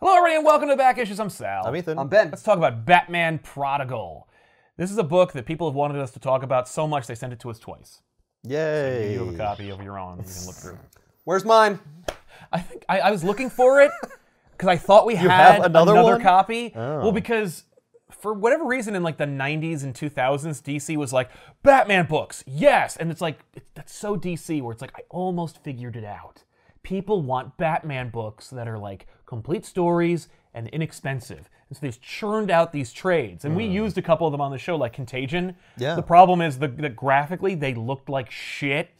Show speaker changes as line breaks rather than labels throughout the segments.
Hello, everybody, and welcome to Back Issues. I'm Sal.
I'm Ethan.
I'm Ben.
Let's talk about Batman Prodigal. This is a book that people have wanted us to talk about so much they sent it to us twice.
Yay.
You have a copy of your own you can look through.
Where's mine?
I think I, I was looking for it because I thought we had
have another one?
copy.
Oh.
Well, because for whatever reason, in like the '90s and 2000s, DC was like Batman books, yes, and it's like it, that's so DC where it's like I almost figured it out. People want Batman books that are like complete stories and inexpensive. And so they've churned out these trades,
Hmm.
and we used a couple of them on the show, like Contagion.
Yeah.
The problem is the, that graphically they looked like shit,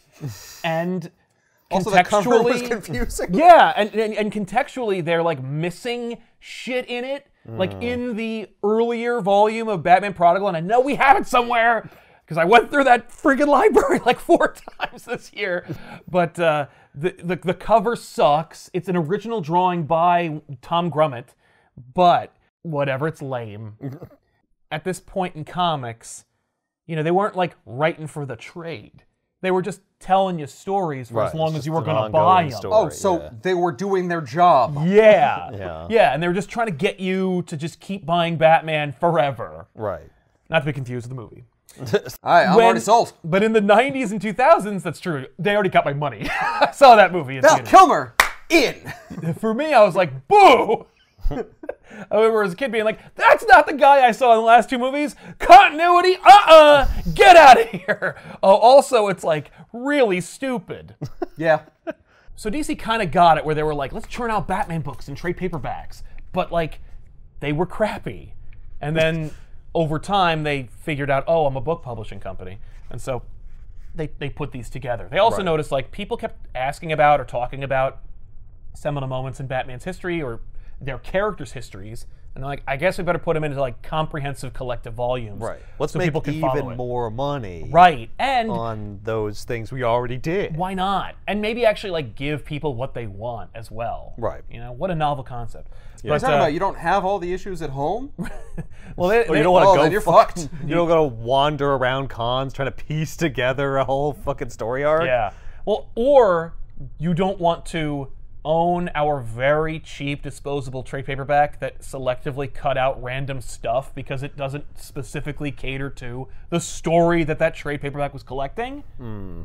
and
Also, the cover was
contextually-
confusing.
yeah, and, and and contextually, they're like missing shit in it, like
Hmm.
in the earlier volume of Batman Prodigal, and I know we have it somewhere because I went through that freaking library like four times this year. But uh, the, the the cover sucks. It's an original drawing by Tom Grummett, but whatever, it's lame. At this point in comics, you know, they weren't like writing for the trade. They were just telling you stories for as
Right,
long
it's
as you
just
were
an
going to buy
ongoing
them.
story.
Oh, so
Yeah.
they were doing their job.
Yeah.
Yeah.
and they were just trying to get you to just keep buying Batman forever.
Right.
Not to be confused with the movie.
All right, I'm
When-
already sold.
But in the 90s and 2000s, that's true. They already got my money. I saw that movie in
Val
theaters.
Kilmer, in.
For me, I was like, boo! I remember as a kid being like, that's not the guy I saw in the last two movies. Continuity, uh uh get out of here. Oh, also, it's like really stupid.
Yeah.
So DC kind of got it where they were like, let's churn out Batman books and trade paperbacks, but like, they were crappy. And then over time, they figured out, oh, I'm a book publishing company, and so they they put these together. They also noticed like people kept asking about or talking about seminal moments in Batman's history or their characters' histories, and they're like, I guess we better put them into like comprehensive collective volumes,
Right. Let's
so
make
people can follow
even
it.
more money
Right, and
on those things we already did.
why not? And maybe actually like give people what they want as well.
Right.
You know, what a novel concept. uh,
You're talking about you don't have all the issues at home?
well, they,
Oh, you
they-
don't want to
oh,
go.
then you're
fuck-
fucked.
You don't gotta wander around cons trying to piece together a whole fucking story arc.
Yeah. Well, or you don't want to own our very cheap disposable trade paperback that selectively cut out random stuff because it doesn't specifically cater to the story that that trade paperback was collecting.
Hmm.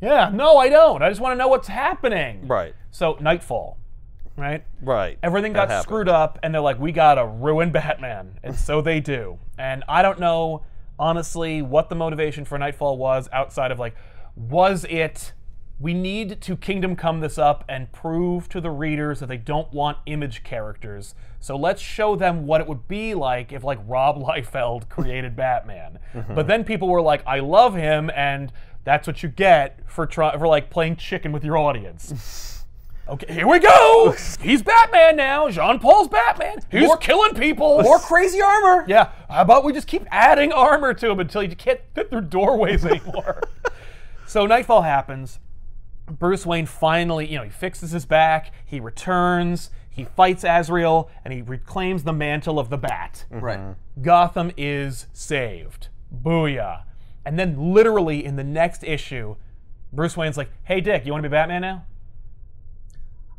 Yeah. No, I don't. I just want to know what's happening.
Right.
So Nightfall, right?
Right.
Everything got
That happened.
screwed up, and they're like, we gotta ruin Batman. And so they do. And I don't know, honestly, what the motivation for Nightfall was outside of like, was it, we need to Kingdom Come this up and prove to the readers that they don't want image characters. So let's show them what it would be like if like Rob Liefeld created Batman. But then people were like, I love him, and that's what you get for, try- for like playing chicken with your audience. Okay, here we go. He's Batman now. Jean Paul's Batman. He's killing people.
More crazy armor.
yeah. How about we just keep adding armor to him until you can't fit through doorways anymore? so nightfall happens. Bruce Wayne finally, you know, he fixes his back. He returns. He fights Azrael, and he reclaims the mantle of the Bat.
Mm-hmm. Mm.
Right.
Gotham is saved. Booyah. And then, literally, in the next issue, Bruce Wayne's like, hey, Dick, you want to be Batman now?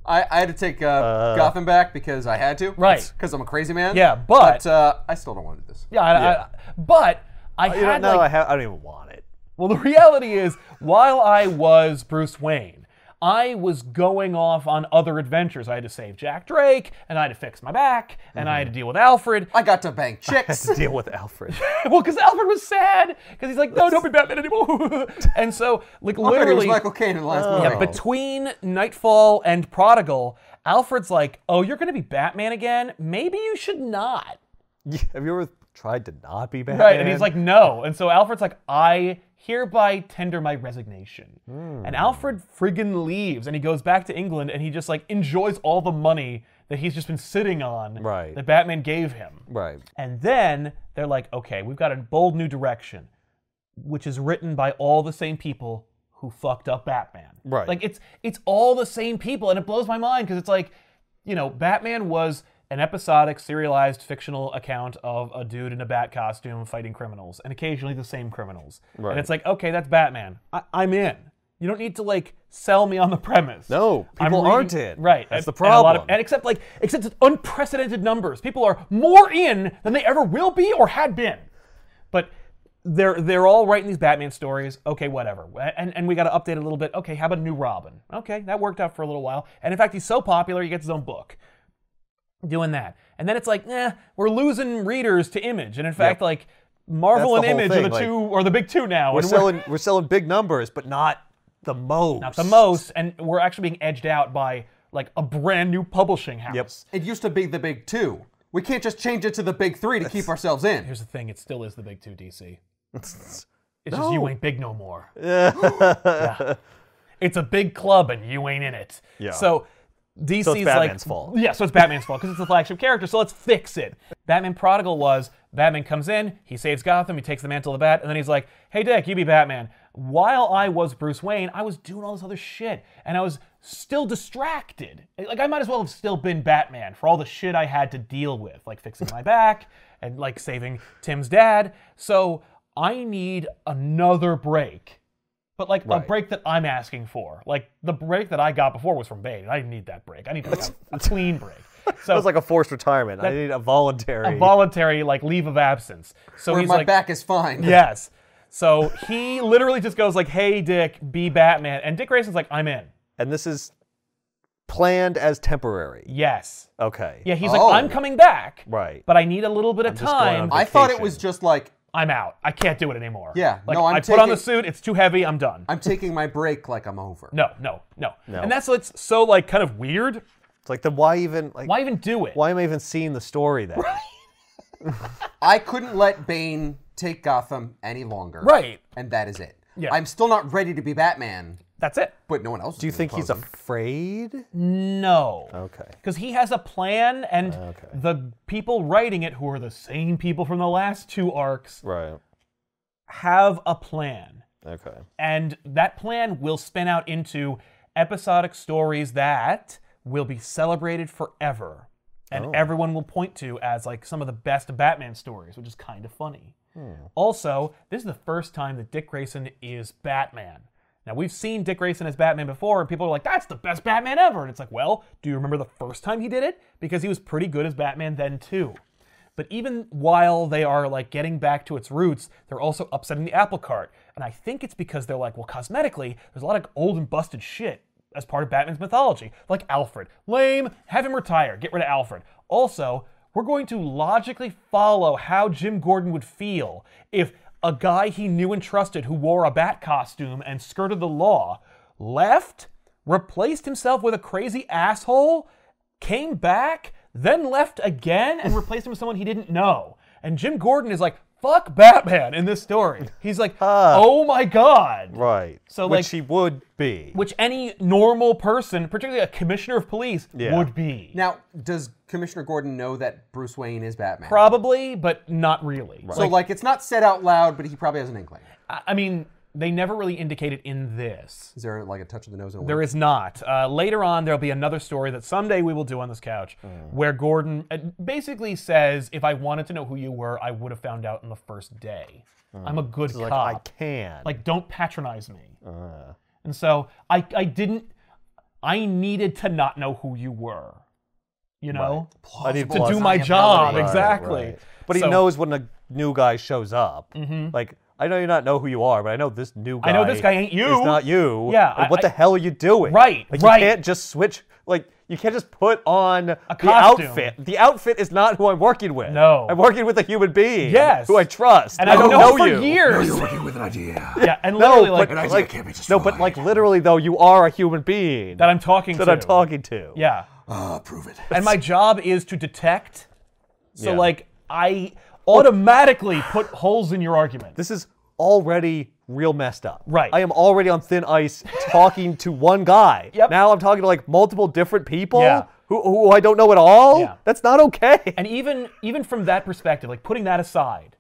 I, I had to take uh, Gotham back because I had to.
Right.
Because I'm a crazy man.
Yeah, but-
uh, I still don't want to do this.
Yeah, I, I, but I
Uh, You don't
had
know.
like,
I, ha- I don't even want it.
well, the reality is, while I was Bruce Wayne, I was going off on other adventures. I had to save Jack Drake, and I had to fix my back, and I had to
Mm-hmm.
deal with Alfred.
I got to bang chicks.
Deal with Alfred.
well, because Alfred was sad, because he's like, no, don't be Batman anymore. and so, like,
I thought he was
literally,
Michael Caine in the last movie.
yeah, between Nightfall and Prodigal, Alfred's like, oh, you're going to be Batman again? Maybe you should not.
Yeah, Have you ever tried to not be Batman?
Right, and he's like, no. And so Alfred's like, I hereby tender my resignation. And Alfred friggin' leaves and he goes back to England and he just like enjoys all the money that he's just been sitting on
Right.
that Batman gave him.
Right.
And then they're like, okay, we've got a bold new direction, which is written by all the same people who fucked up Batman.
Right.
Like it's it's all the same people, and it blows my mind because it's like, you know, Batman was an episodic, serialized, fictional account of a dude in a bat costume fighting criminals, and occasionally the same criminals. Right. And it's like, okay, that's Batman. I- I'm in. You don't need to like sell me on the premise.
No,
I'm
people
reading-
aren't in.
Right.
That's
and-
the
And, a lot of-
problem.
and except like except it's unprecedented numbers. People are more in than they ever will be or had been. But they're they're all writing these Batman stories. Okay, whatever. And and we got to update it a little bit. Okay, how about a new Robin? Okay, that worked out for a little while. And in fact, he's so popular, he gets his own book. Doing that, and then it's like, nah, we're losing readers to Image. And in fact, like Marvel
That's the
and
whole
Image are
thing,
the
like,
two or the big two now.
We're
and
selling we're selling big numbers, but not the most.
not the most, and we're actually being edged out by like a brand new publishing house.
Yep.
It used to be the big two. We can't just change it to the big three to keep ourselves in.
Here's the thing: it still is the big two DC. It's just you ain't big no more. Yeah. It's a big club and you ain't in it.
Yeah.
So DC's
Batman's
like,
fault.
Yeah, so it's Batman's fault because it's the flagship character. So let's fix it. Batman Prodigal was Batman comes in, he saves Gotham, he takes the mantle of the Bat, and then he's like, "Hey Dick, you be Batman." While I was Bruce Wayne, I was doing all this other shit, and I was still distracted. Like I might as well have still been Batman for all the shit I had to deal with, like fixing my back and like saving Tim's dad. So I need another break but like a break that I'm asking for. Like the break that I got before was from Bane, and I didn't need that break. I need like, a, a clean break. So
That was like a forced retirement. I need a voluntary.
voluntary like leave of absence. So
Where
he's
my
like,
back is fine.
yes. So he literally just goes like, "Hey, Dick, be Batman," and Dick Grayson's like, "I'm in."
and this is planned as temporary.
Yes.
Okay.
Yeah, he's
Oh.
like, "I'm coming back,"
Right.
But I need a little bit of
just going
time.
on
I thought it was just like
I'm out. I can't do it anymore.
Yeah,
Like,
no, I'm
I put on
taking-
the suit. It's too heavy. I'm done.
I'm taking my break like I'm over.
no, no, no, no. And that's what's so like kind of weird.
It's like then why even like
Why even do it?
why am I even seeing the story then?
I couldn't let Bane take Gotham any longer.
Right.
And that is it.
Yeah.
I'm still not ready to be Batman,
That's it.
but no one else.
Do you think he's afraid?
No.
Okay.
Because he has a plan, and the people writing it, who are the same people from the last two arcs,
Right.
have a plan.
Okay.
And that plan will spin out into episodic stories that will be celebrated forever. And everyone will point to as like some of the best Batman stories, which is kind of funny. Also, this is the first time that Dick Grayson is Batman. Now, we've seen Dick Grayson as Batman before, and people are like, that's the best Batman ever. And it's like, well, do you remember the first time he did it? Because he was pretty good as Batman then, too. But even while they are like getting back to its roots, they're also upsetting the apple cart. And I think it's because they're like, well, cosmetically, there's a lot of old and busted shit as part of Batman's mythology, like Alfred. Lame, have him retire, get rid of Alfred. Also, we're going to logically follow how Jim Gordon would feel if a guy he knew and trusted who wore a bat costume and skirted the law left, replaced himself with a crazy asshole, came back, then left again and replaced him with someone he didn't know. And Jim Gordon is like, fuck Batman in this story. He's like, oh my God.
Ah. Right.
So,
which
like-
he would be.
Which any normal person, particularly a commissioner of police,
Yeah.
would be.
Now, does Commissioner Gordon know that Bruce Wayne is Batman?
Probably, but not really.
So, like, it's not said out loud, but he probably has an inkling.
I I mean, they never really indicate it in this.
Is there like a touch of the nose and a
There
wink?
is not. Uh, later on, there'll be another story that someday we will do on this couch
Hmm.
where Gordon uh, basically says, if I wanted to know who you were, I would have found out on the first day.
Hmm.
I'm a good
like
cop.
I can.
Like, don't patronize me.
Uh-huh.
And so I, I didn't, I needed to not know who you were, you know?
I need
To do
plausibility.
my job,
Right,
exactly.
right. But he
So- Mm-hmm.
knows when a new guy shows up. Like, I know you not know who you are, but I know this new guy.
I know this guy ain't you.
It's not you.
Yeah,
and
I-
what the
I-
hell are you doing?
Right,
Like,
right.
you can't just switch. Like, you can't just put on the
costume.
outfit. The outfit is not who I'm working with.
No.
I'm working with a human being.
Yes.
Who I trust.
And I,
don't
don't
know,
know, for
you.
years.
working with an idea.
yeah, and
No,
literally, like,
but
idea
like,
can't be
no, but like
destroyed.
literally though, you are a human being
that I'm talking
that
to.
I'm talking to.
Yeah.
Ah, prove it.
and my job is to detect. So
Yeah.
like I automatically put holes in your argument.
this is already real messed up.
Right.
I am already on thin ice talking to one guy.
Yep.
Now I'm talking to like multiple different people
Yeah.
who, who I don't know at all.
Yeah.
That's not okay.
and even even from that perspective, like putting that aside,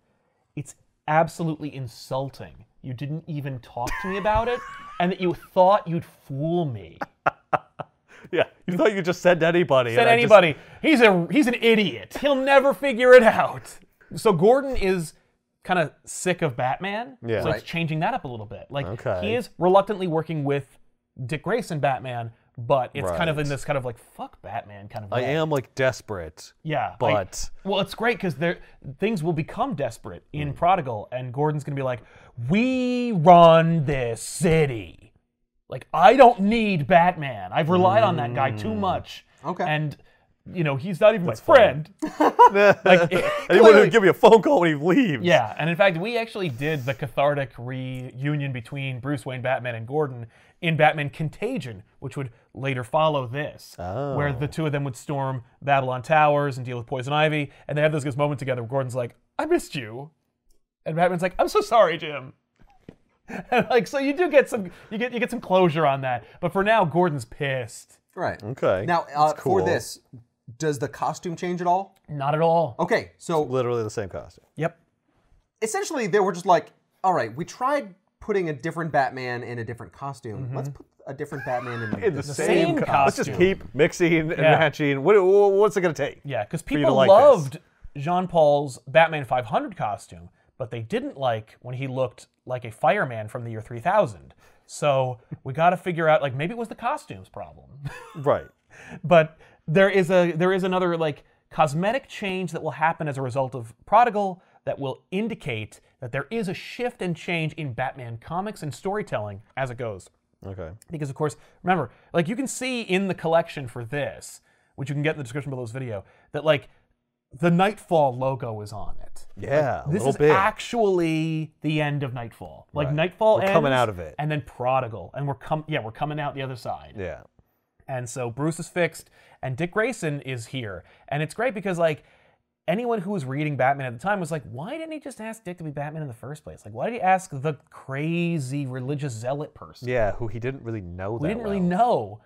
it's absolutely insulting. You didn't even talk to me about it and that you thought you'd fool me.
yeah. You thought you could just send anybody.
Said
and I just-
anybody, he's a he's an idiot. He'll never figure it out. So Gordon is kind of sick of Batman.
Yeah.
So
Right.
it's changing that up a little bit. Like
Okay.
he is reluctantly working with Dick Grayson Batman, but it's kind of in
Right.
this kind of like fuck Batman kind of.
I
way.
am like desperate.
Yeah, like-
But
well, it's great because there things will become desperate in
Mm.
Prodigal, and Gordon's gonna be like, "We run this city. Like, I don't need Batman. I've relied on that guy
Mm.
too much.
Okay.
and you know he's not even my friend. like, it-
and he wouldn't even give me a phone call when he leaves.
yeah, and in fact, we actually did the cathartic reunion between Bruce Wayne, Batman, and Gordon in Batman Contagion, which would later follow this, where the two of them would storm Babylon Towers and deal with Poison Ivy, and they have this good moment together where Gordon's like, I missed you. And Batman's like, I'm so sorry, Jim. And like, so you do get some, you get you get some closure on that. But for now, Gordon's pissed.
Right.
Okay.
Now, uh,
That's
for
cool.
this, does the costume change at all?
Not at all.
Okay, so
literally the same costume.
Yep.
essentially they were just like, all right, we tried putting a different Batman in a different costume. Let's put a different Batman in,
In the,
this.
same
Let's just
costume.
keep mixing and matching. What, what's it gonna take?
Yeah, because
you to
people
like this.
loved Jean Paul's Batman 500 costume, but they didn't like when he looked like a fireman from the year 3000. So we got to figure out like maybe it was the costumes problem,
Right.
but there is a there is another like cosmetic change that will happen as a result of Prodigal that will indicate that there is a shift and change in Batman comics and storytelling as it goes
Okay.
because of course remember like you can see in the collection for this which you can get in the description below this video that like the nightfall logo is on it
Yeah. a
this
little
is
bit.
actually the end of nightfall like nightfall
We're coming
ends,
out of it.
and then prodigal and we're com- yeah we're coming out the other side
yeah.
and so Bruce is fixed, and Dick Grayson is here. And it's great because, like, anyone who was reading Batman at the time was like, why didn't he just ask Dick to be Batman in the first place? Like, why did he ask the crazy religious zealot person?
Yeah. Who he didn't really know.
we
that
didn't really
well.
know.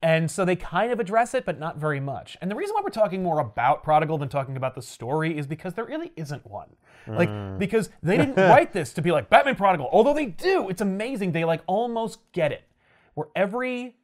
And so they kind of address it, but not very much. And the reason why we're talking more about Prodigal than talking about the story is because there really isn't one.
Hmm.
Like, because they didn't write this to be like Batman Prodigal, although they do. It's amazing. They like almost get it. Where every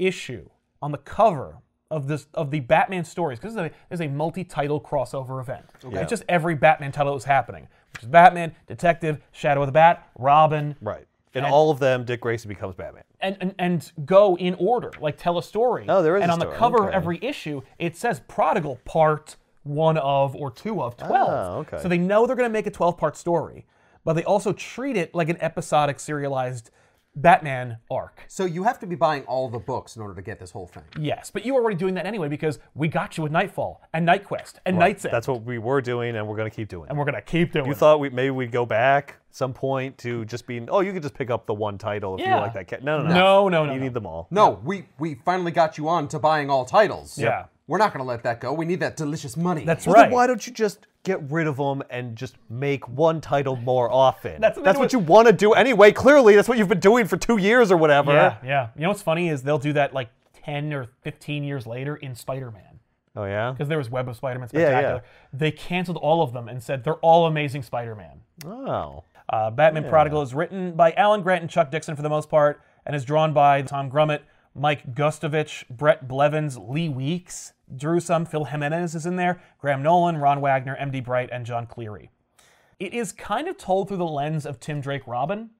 issue on the cover of this of the Batman stories because there's a, there's a multi-title crossover event. It's just every Batman title that was happening, which is Batman, Detective, Shadow of the Bat, Robin,
Right. In all of them, Dick Grayson becomes Batman.
and, and, and go in order, like tell a story.
Oh, there is
And
a
on the
story,
cover of
okay.
every issue, it says Prodigal Part One of or Two of Twelve.
Ah, okay.
So they know they're going to make a twelve-part story, but they also treat it like an episodic, serialized Batman arc.
So you have to be buying all the books in order to get this whole thing.
Yes, but you were already doing that anyway because we got you with Nightfall and Night Quest and Night's End,
That's what we were doing, and we're gonna keep doing.
and we're going to keep doing.
You
it.
thought we maybe we'd go back some point to just being. Oh, you could just pick up the one title if
Yeah.
you like that. Cat. No, no,
No, no,
no,
no,
You
no.
need them all.
No, we we finally got you on to buying all titles.
Yeah.
We're not going to let that go. We need that delicious money.
That's
Well,
right.
then why don't you just get rid of them and just make one title more often?
That's what they do
that's what
with-
you want to do anyway. Clearly, that's what you've been doing for two years or whatever.
yeah, yeah. You know what's funny is they'll do that like ten or fifteen years later in Spider-Man.
Oh yeah.
because there was Web of Spider-Man
yeah.
Spectacular. They canceled all of them and said they're all amazing Spider-Man.
Oh.
Uh, Batman Prodigal is written by Alan Grant and Chuck Dixon for the most part, and is drawn by Tom Grummett, Mike Gustovich, Brett Blevins, Lee Weeks, drew some. Phil Jimenez is in there, Graham Nolan, Ron Wagner, M.D. Bright, and John Cleary. It is kind of told through the lens of Tim Drake Robin.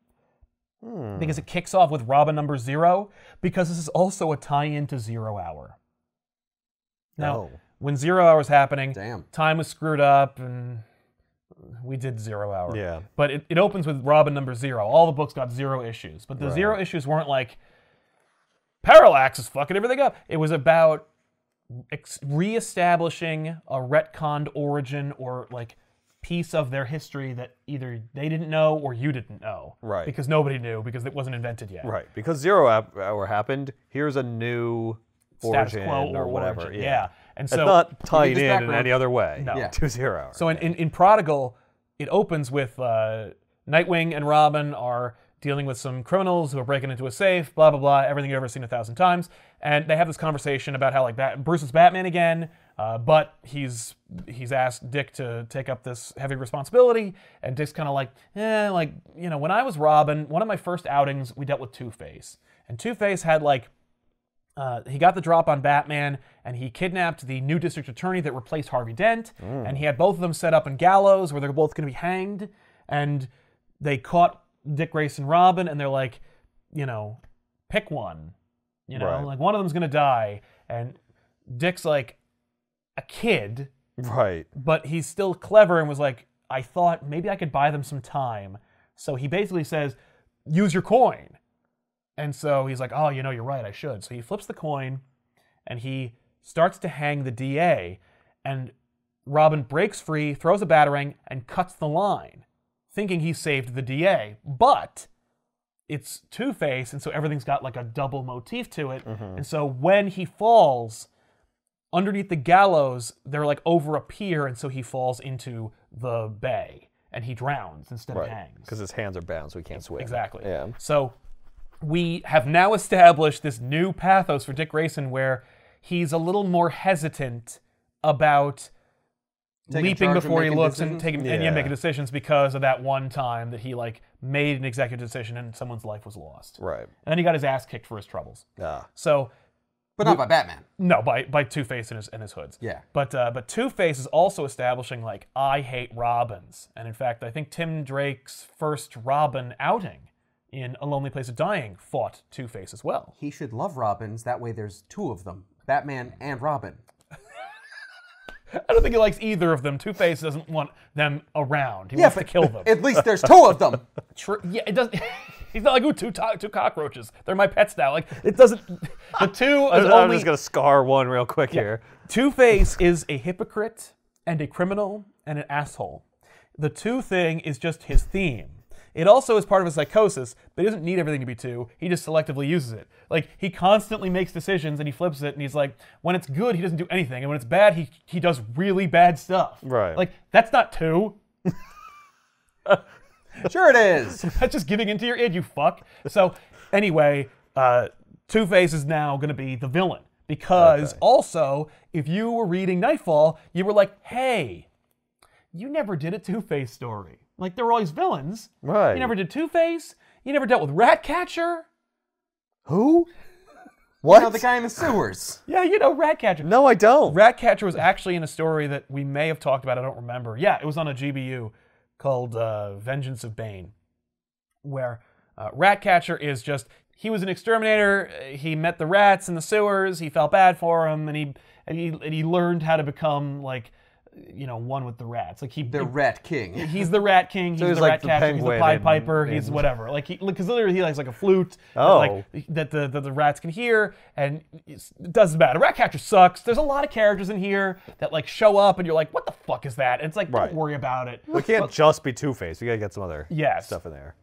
Because it kicks off with Robin number zero, because this is also a tie in to Zero Hour. Now,
Oh.
when Zero Hour was happening,
Damn.
time was screwed up and we did Zero Hour.
Yeah.
But it, it opens with Robin number zero. All the books got zero issues. But the zero issues weren't like Parallax is fucking everything up. It was about ex- reestablishing a retconned origin or like piece of their history that either they didn't know or you didn't know.
Right.
Because nobody knew because it wasn't invented yet.
Right. Because zero Hou- hour happened. Here's a new
Status
origin
quo
or whatever.
origin.
Yeah.
And
It's
so
not tied
this
in in
background.
any other way. No.
Yeah.
To zero hour.
So in, in, in Prodigal, it opens with uh, Nightwing and Robin are dealing with some criminals who are breaking into a safe, blah, blah, blah, everything you've ever seen a thousand times. And they have this conversation about how, like, Bat- Bruce is Batman again, uh, but he's he's asked Dick to take up this heavy responsibility. And Dick's kind of like, eh, like, you know, when I was Robin, one of my first outings, we dealt with Two Face. And Two Face had, like, Uh, he got the drop on Batman, and he kidnapped the new district attorney that replaced Harvey Dent, and he had both of them set up in gallows where they're both going to be hanged. And they caught Dick Grayson Robin, and they're like, you know, pick one. You know,
Right.
like one of them's going to die. And Dick's like a kid,
Right.
but he's still clever and was like, I thought maybe I could buy them some time. So he basically says, use your coin. And so he's like, oh, you know, you're right, I should. So he flips the coin and he starts to hang the DA. And Robin breaks free, throws a battering, and cuts the line, thinking he saved the DA. But it's Two Face, and so everything's got like a double motif to it. And so when he falls, underneath the gallows, they're like over a pier, and so he falls into the bay and he drowns instead of
Right.
hangs.
Because his hands are bound, so he can't swim.
Exactly.
Yeah.
So we have now established this new pathos for Dick Grayson where he's a little more hesitant about
Taking
leaping
charge and
before he
making
looks and
decisions?
taking and yeah,
Yeah.
making decisions because of that one time that he like made an executive decision and someone's life was lost.
Right.
And then he got his ass kicked for his troubles.
Ah.
So
but not by Batman.
no, by by Two Face and his and his hoods.
Yeah.
But uh, but Two Face is also establishing like I hate Robins, and in fact, I think Tim Drake's first Robin outing in A Lonely Place of Dying fought Two Face as well.
He should love Robins. That way, there's two of them: Batman and Robin.
I don't think he likes either of them. Two Face doesn't want them around. He wants to
but
kill them.
At least there's two of them.
Tr- yeah, it doesn't. He's not like ooh two to- two cockroaches. They're my pets now. Like it doesn't. The two is
I'm
only
just gonna scar one real quick here.
Two Face is a hypocrite and a criminal and an asshole. The two thing is just his theme. It also is part of his psychosis, but he doesn't need everything to be two. He just selectively uses it. Like he constantly makes decisions and he flips it, and he's like, when it's good, he doesn't do anything, and when it's bad, he he does really bad stuff.
Right.
Like that's not two.
Sure, it is.
That's just giving into your id, you fuck. So anyway, uh, Two Face is now going to be the villain because also, if you were reading Nightfall, you were like, hey, you never did a Two Face story. Like there were all these villains.
Right.
You never did Two Face. You never dealt with Ratcatcher.
Who? What?
Now the guy in the sewers.
Yeah, you know Ratcatcher.
no, I don't.
Ratcatcher was actually in a story that we may have talked about. I don't remember. Yeah, it was on a GBU called uh, Vengeance of Bane, where uh, Ratcatcher is just he was an exterminator. uh, He met the rats in the sewers. He felt bad for him, and he and he, and he learned how to become like you know one with the rats. Like he
The Rat King.
he's the Rat King. He's,
he's
the
like
Rat
the
Catcher. He's the
penguin
Pied
in-
Piper. He's whatever. Like he, because literally he likes like a flute.
Oh.
That, like that the, that the rats can hear, and it's- it doesn't matter. Rat Catcher sucks. There's a lot of characters in here that like show up, and you're like, what the fuck is that? And it's like,
Right.
don't worry about it.
We can't just be Two Face. We gotta get some other
Yes.
stuff in there.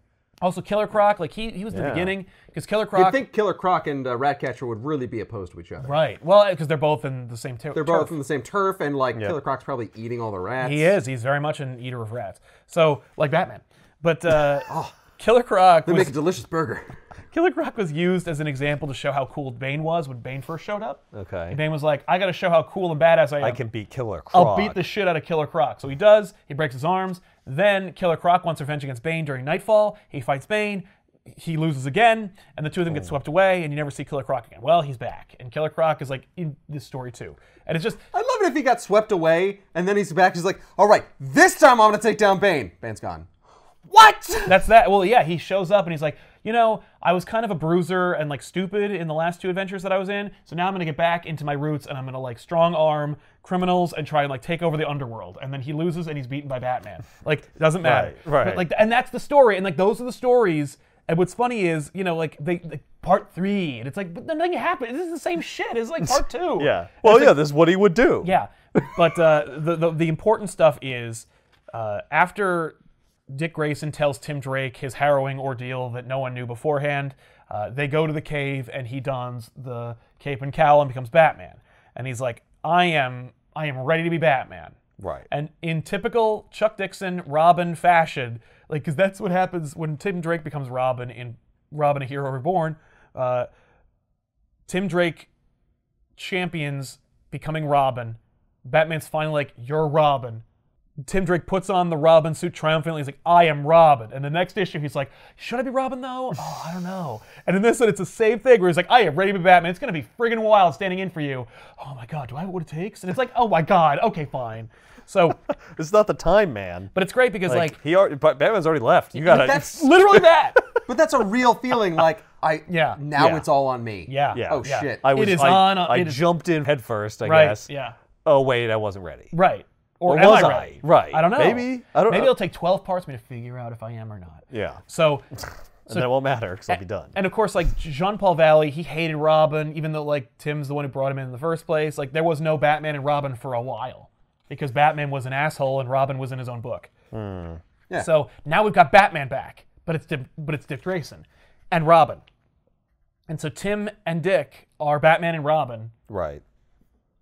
Also, Killer Croc, like he he was the
Yeah.
beginning because Killer
You'd
Croc.
think Killer Croc and uh, Ratcatcher would really be opposed to each other.
Right. Well, because they're both in the same ter-
They're both from the same turf, and like Killer Croc's probably eating all the rats.
He is. He's very much an eater of rats. So like Batman, but uh,
Oh.
Killer Croc
They
was
make a delicious burger.
Killer Croc was used as an example to show how cool Bane was when Bane first showed up.
Okay.
And Bane was like, I gotta show how cool and badass I am.
I can beat Killer Croc.
I'll beat the shit out of Killer Croc. So he does, he breaks his arms. Then Killer Croc wants revenge against Bane during Nightfall. He fights Bane, he loses again, and the two of
Oh.
them get swept away, and you never see Killer Croc again. Well, he's back. And Killer Croc is like in this story too. And it's just
I'd love it if he got swept away, and then he's back. He's like, "All right, this time I'm gonna take down Bane." Bane's gone. What?
That's that. Well, yeah, he shows up and he's like, you know, I was kind of a bruiser and like stupid in the last two adventures that I was in, so now I'm gonna get back into my roots and I'm gonna like strong arm criminals and try and like take over the underworld. And then he loses and he's beaten by Batman. Like, it doesn't matter.
Right, right.
But, like, and that's the story. And like, those are the stories. And what's funny is, you know, like they like, part three, and it's like, but nothing happened. This is the same shit. It's like part two.
Yeah. Well, yeah. This is what he would do.
Oh, Yeah, but uh, the, the the important stuff is uh, after Dick Grayson tells Tim Drake his harrowing ordeal that no one knew beforehand. Uh, they go to the cave and he dons the cape and cowl and becomes Batman. And he's like, "I am I am ready to be Batman."
Right.
And in typical Chuck Dixon Robin fashion, like because that's what happens when Tim Drake becomes Robin in Robin: A Hero Reborn. Uh, Tim Drake champions becoming Robin. Batman's finally like, "You're Robin," Tim Drake puts on the Robin suit triumphantly. He's like, I am Robin. And the next issue, he's like, Should I be Robin though? Oh, I don't know. And in this one, it's the same thing where he's like, I am ready to be Batman. It's going to be friggin' wild standing in for you. Oh my God, do I have what it takes? And it's like, Oh my God, okay, fine. So,
This is not the time, man.
but it's great because, like,
he already, but Batman's already left. You gotta.
That's
literally that.
but that's a real feeling. Like I
Yeah.
Now
Yeah.
it's all on me.
Yeah.
yeah.
Oh
yeah.
shit.
I was.
It is
I,
on- uh,
I
it is-
jumped in head first. I
Right.
guess.
Yeah.
Oh wait, I wasn't ready.
Right. Or,
Or
am
was
I
I?
ready?
Right.
I don't know.
Maybe. I don't
Maybe
know.
it'll take 12 parts for me to figure out if I am or not.
Yeah.
So,
And then it won't matter because I'll be done.
and of course, like Jean Paul Valley, he hated Robin, even though like Tim's the one who brought him in in the first place. Like there was no Batman and Robin for a while because Batman was an asshole and Robin was in his own book.
Hmm.
Yeah.
So now we've got Batman back, but it's Dick- but it's Dick Grayson and Robin. And so Tim and Dick are Batman and Robin.
right.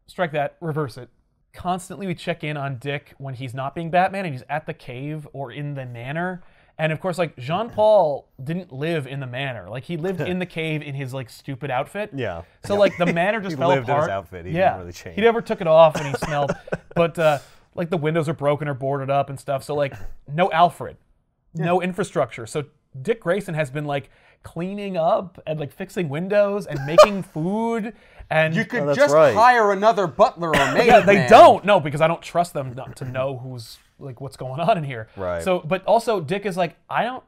strike that, reverse it. Constantly, we check in on Dick when he's not being Batman and he's at the cave or in the manor. And of course, like Jean Paul didn't live in the manor; like he lived in the cave in his like stupid outfit.
Yeah.
So like the manor just
He
fell
lived in his
apart.
outfit. He
yeah.
didn't really change.
He never took it off when he smelled. but uh, like the windows are broken or boarded up and stuff. So like no Alfred, no infrastructure. So Dick Grayson has been like cleaning up and like fixing windows and making food and
You could
Oh, that's
just
right.
hire another butler or maid.
yeah, they
man.
don't. No, because I don't trust them not to know who's like what's going on in here.
Right.
So, but also Dick is like, I don't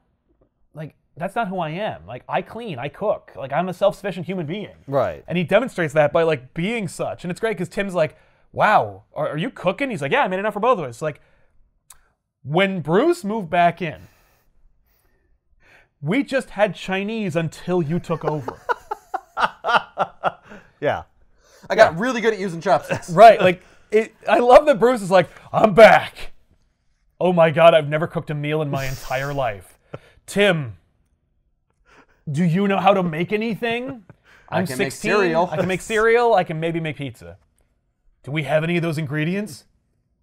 like that's not who I am. Like I clean, I cook. Like I'm a self-sufficient human being.
Right.
And he demonstrates that by like being such, and it's great because Tim's like, "Wow, are, are you cooking?" He's like, "Yeah, I made enough for both of us." Like when Bruce moved back in, we just had Chinese until you took over.
Yeah.
I got really good at using chopsticks.
Right. Like it, I love that Bruce is like, I'm back. Oh my god, I've never cooked a meal in my entire life. Tim, do you know how to make anything? I'm
can make cereal.
I can make cereal. I can maybe make pizza. Do we have any of those ingredients?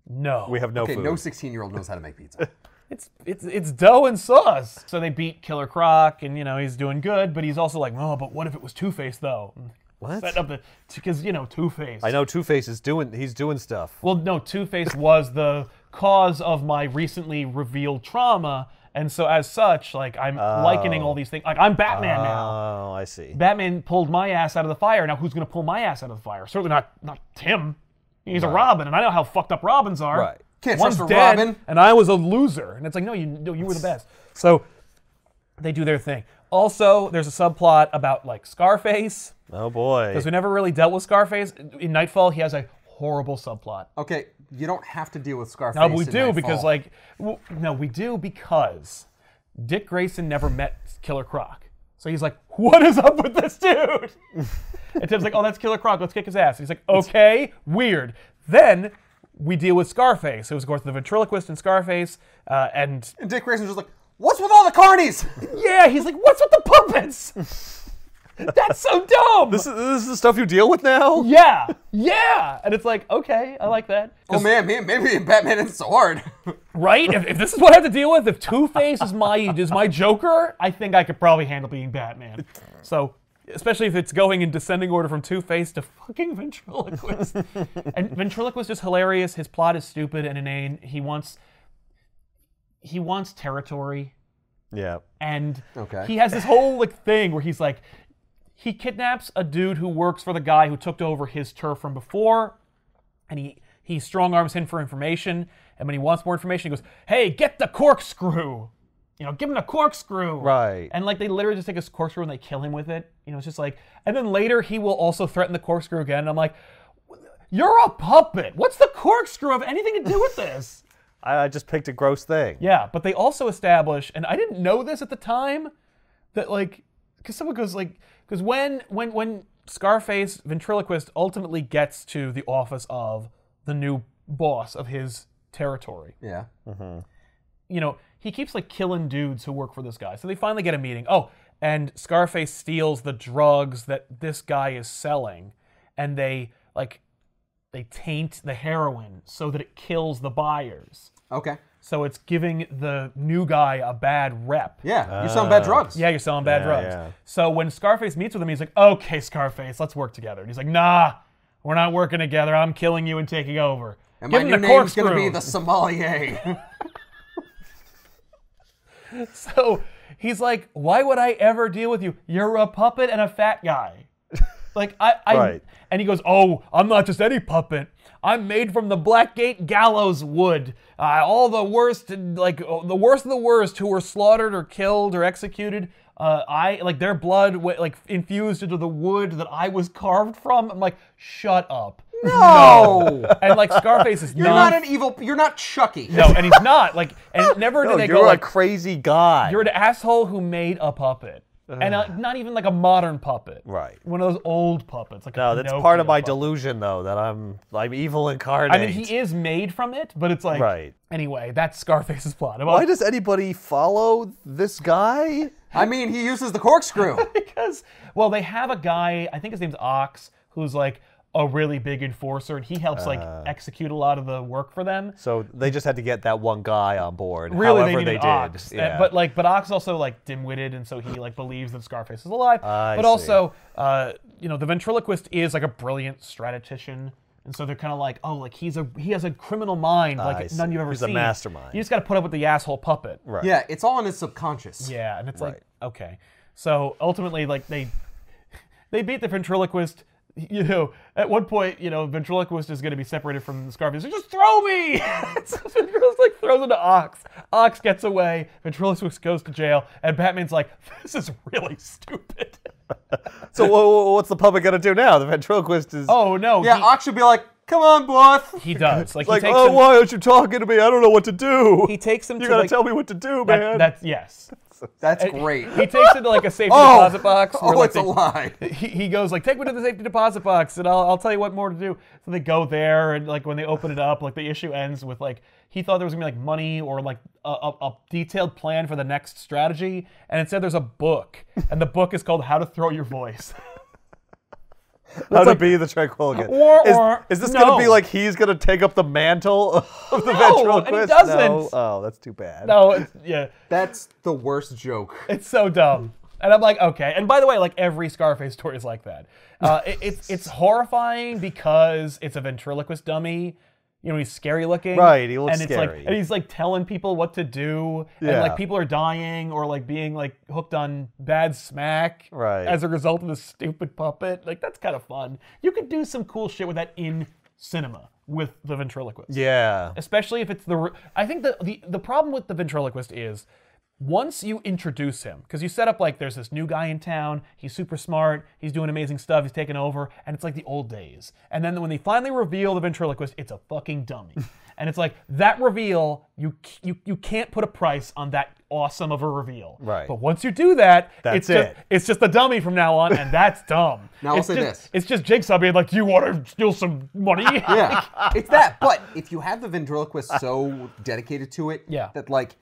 No.
We have no
Okay,
food.
no 16 year old knows how to make pizza.
It's it's it's dough and sauce. So they beat Killer Croc, and you know he's doing good, but he's also like, oh, but what if it was Two Face though?
What?
Set up the because you know Two Face.
I know Two Face is doing. He's doing stuff.
Well, no, Two Face was the cause of my recently revealed trauma, and so as such, like I'm likening
Oh.
all these things. Like I'm Batman now.
Oh, I see.
Batman pulled my ass out of the fire. Now who's gonna pull my ass out of the fire? Certainly not not Tim. He's a Robin, and I know how fucked up Robins are.
Right.
Can't
One's
trust a
dead,
Robin.
and I was a loser. And it's like, no, you no, you were the best. So they do their thing. Also, there's a subplot about like Scarface
Oh boy.
because we never really dealt with Scarface. In Nightfall, he has a horrible subplot.
Okay, you don't have to deal with Scarface.
No, but Uh, we
in
do because
Nightfall.
like w no, we do because Dick Grayson never met Killer Croc, so he's like, "What is up with this dude?" and Tim's like, "Oh, that's Killer Croc. Let's kick his ass." And he's like, "Okay, weird." Then we deal with Scarface, who was of course the ventriloquist in Scarface, uh, and
And Dick Grayson's just like, what's with all the carnies? Oh,
yeah, he's like, "What's with the puppets?" that's so dumb.
This is, this is the stuff you deal with now.
yeah, yeah, and it's like, okay, I like that.
oh man, man, maybe Batman isn't so hard.
Right? If, if this is what I have to deal with, if Two Face is my is my Joker, I think I could probably handle being Batman. So, especially if it's going in descending order from Two Face to fucking ventriloquist. and ventriloquist is hilarious. His plot is stupid and inane. He wants he wants territory,
Yeah.
and
Okay.
he has this whole like thing where he's like he kidnaps a dude who works for the guy who took over his turf from before and he he strong arms him for information and when he wants more information he goes hey get the corkscrew you know give him the corkscrew
Right.
and like they literally just take his corkscrew and they kill him with it you know it's just like and then later he will also threaten the corkscrew again and i'm like you're a puppet what's the corkscrew have anything to do with this
I, I just picked a gross thing.
yeah, but they also establish, and I didn't know this at the time, that like, because someone goes like, because when when when Scarface ventriloquist ultimately gets to the office of the new boss of his territory,
yeah.
you know, he keeps like killing dudes who work for this guy. So they finally get a meeting. Oh, and Scarface steals the drugs that this guy is selling, and they like, they taint the heroin so that it kills the buyers.
Okay.
So it's giving the new guy a bad rep.
Yeah, you're selling
Uh,
bad drugs.
Yeah, you're selling bad drugs.
yeah.
So when Scarface meets with him, he's like, okay, Scarface, let's work together. And he's like, nah, we're not working together. I'm killing you and taking over.
And
Give
my
him
new
the
name's going
corkscrew.
to be the sommelier.
So he's like, "Why would I ever deal with you? You're a puppet and a fat guy." Like I, I
Right.
and he goes, "Oh, I'm not just any puppet. I'm made from the Blackgate gallows wood. Uh, all the worst, like oh, the worst of the worst, who were slaughtered or killed or executed. Uh, I like their blood, wa- like infused into the wood that I was carved from. I'm like, shut up.
no,
And like Scarface is
you're not an evil. You're not Chucky.
no, and he's not like, and never
No,
do they
you're
go
a
like
crazy guy.
you're an asshole who made a puppet. And uh, not even like a modern puppet.
Right.
One of those old puppets. Like
no,
a
that's part of
Pinocchio
my
puppet.
delusion, though, that I'm I'm evil incarnate.
I mean, he is made from it, but it's like.
Right.
Anyway, that's Scarface's plot.
Why does anybody follow this guy?
I mean, he uses the corkscrew.
because, well, they have a guy, I think his name's Ox, who's like a really big enforcer, and he helps like
Ah.
execute a lot of the work for them.
So they just had to get that one guy on board.
Really,
however
they, needed
did.
Ox. Uh,
Yeah.
But like, but Ox also like dim-witted, and so he like believes that Scarface is alive.
I
but
see.
also, uh, you know, the ventriloquist is like a brilliant strategician, and so they're kind of like, oh, like he's a he has a criminal mind
I
like
see.
none you've ever
He's a
seen.
mastermind.
You just got to put up with the asshole puppet.
Right.
yeah, it's all in his subconscious.
Yeah, and it's like okay. So ultimately, like they they beat the ventriloquist. You know, at one point, you know, ventriloquist is going to be separated from Scarface. He's like, Just throw me! so ventriloquist like throws into Ox. Ox gets away. Ventriloquist goes to jail, and Batman's like, "This is really stupid."
So wha- wha- what's the puppet gonna do now? The ventriloquist is.
oh no!
Yeah,
he,
Ox should be like, "Come on, boss."
he does. Like,
like,
he takes
oh,
him,
why aren't you talking to me? I don't know what to do.
He takes him
You
to
gotta
like,
tell me what to do,
that-
man.
That's yes.
That's great.
He takes him to like a safe
Oh,
deposit box. where,
oh,
like,
it's a
they-
lie.
he, he goes like, take me to the safety deposit box, and I'll, I'll tell you what more to do. So they go there, and like when they open it up, like the issue ends with like he thought there was gonna be like money or like a, a, a detailed plan for the next strategy, and instead there's a book, and the book is called How to Throw Your Voice.
How to be the Tranquiligan.
Or-
is,
or-
is this gonna be
no. Oh,
like he's gonna take up the mantle of
No,
the
and
ventriloquist?
he doesn't.
No? Oh, that's too bad.
no, it's, yeah,
That's the worst joke.
it's so dumb. And I'm like, okay. And by the way, like every Scarface story is like that. Uh, it, it's it's horrifying because it's a ventriloquist dummy. You know, he's scary looking.
Right, he looks
and it's Like,
scary.
and he's like telling people what to do. And
Yeah.
like people are dying or like being like hooked on bad smack.
Right.
As a result of this stupid puppet. Like that's kind of fun. You could do some cool shit with that in cinema with the ventriloquist
Yeah.
especially if it's the. r- I think the the, the problem with the ventriloquist is. Once you introduce him, because you set up like there's this new guy in town, he's super smart, he's doing amazing stuff, he's taking over, and it's like the old days. And then when they finally reveal the ventriloquist, it's a fucking dummy. and it's like that reveal, you, c- you you can't put a price on that awesome of a reveal.
Right.
But once you do that,
That's
it's just
it.
it's just a dummy from now on, and that's dumb.
Now I'll
it's
say
just,
this.
It's just Jigsaw being like, "Do you want to steal some money?"
Yeah, it's that. But if you have the ventriloquist so dedicated to it,
Yeah.
that like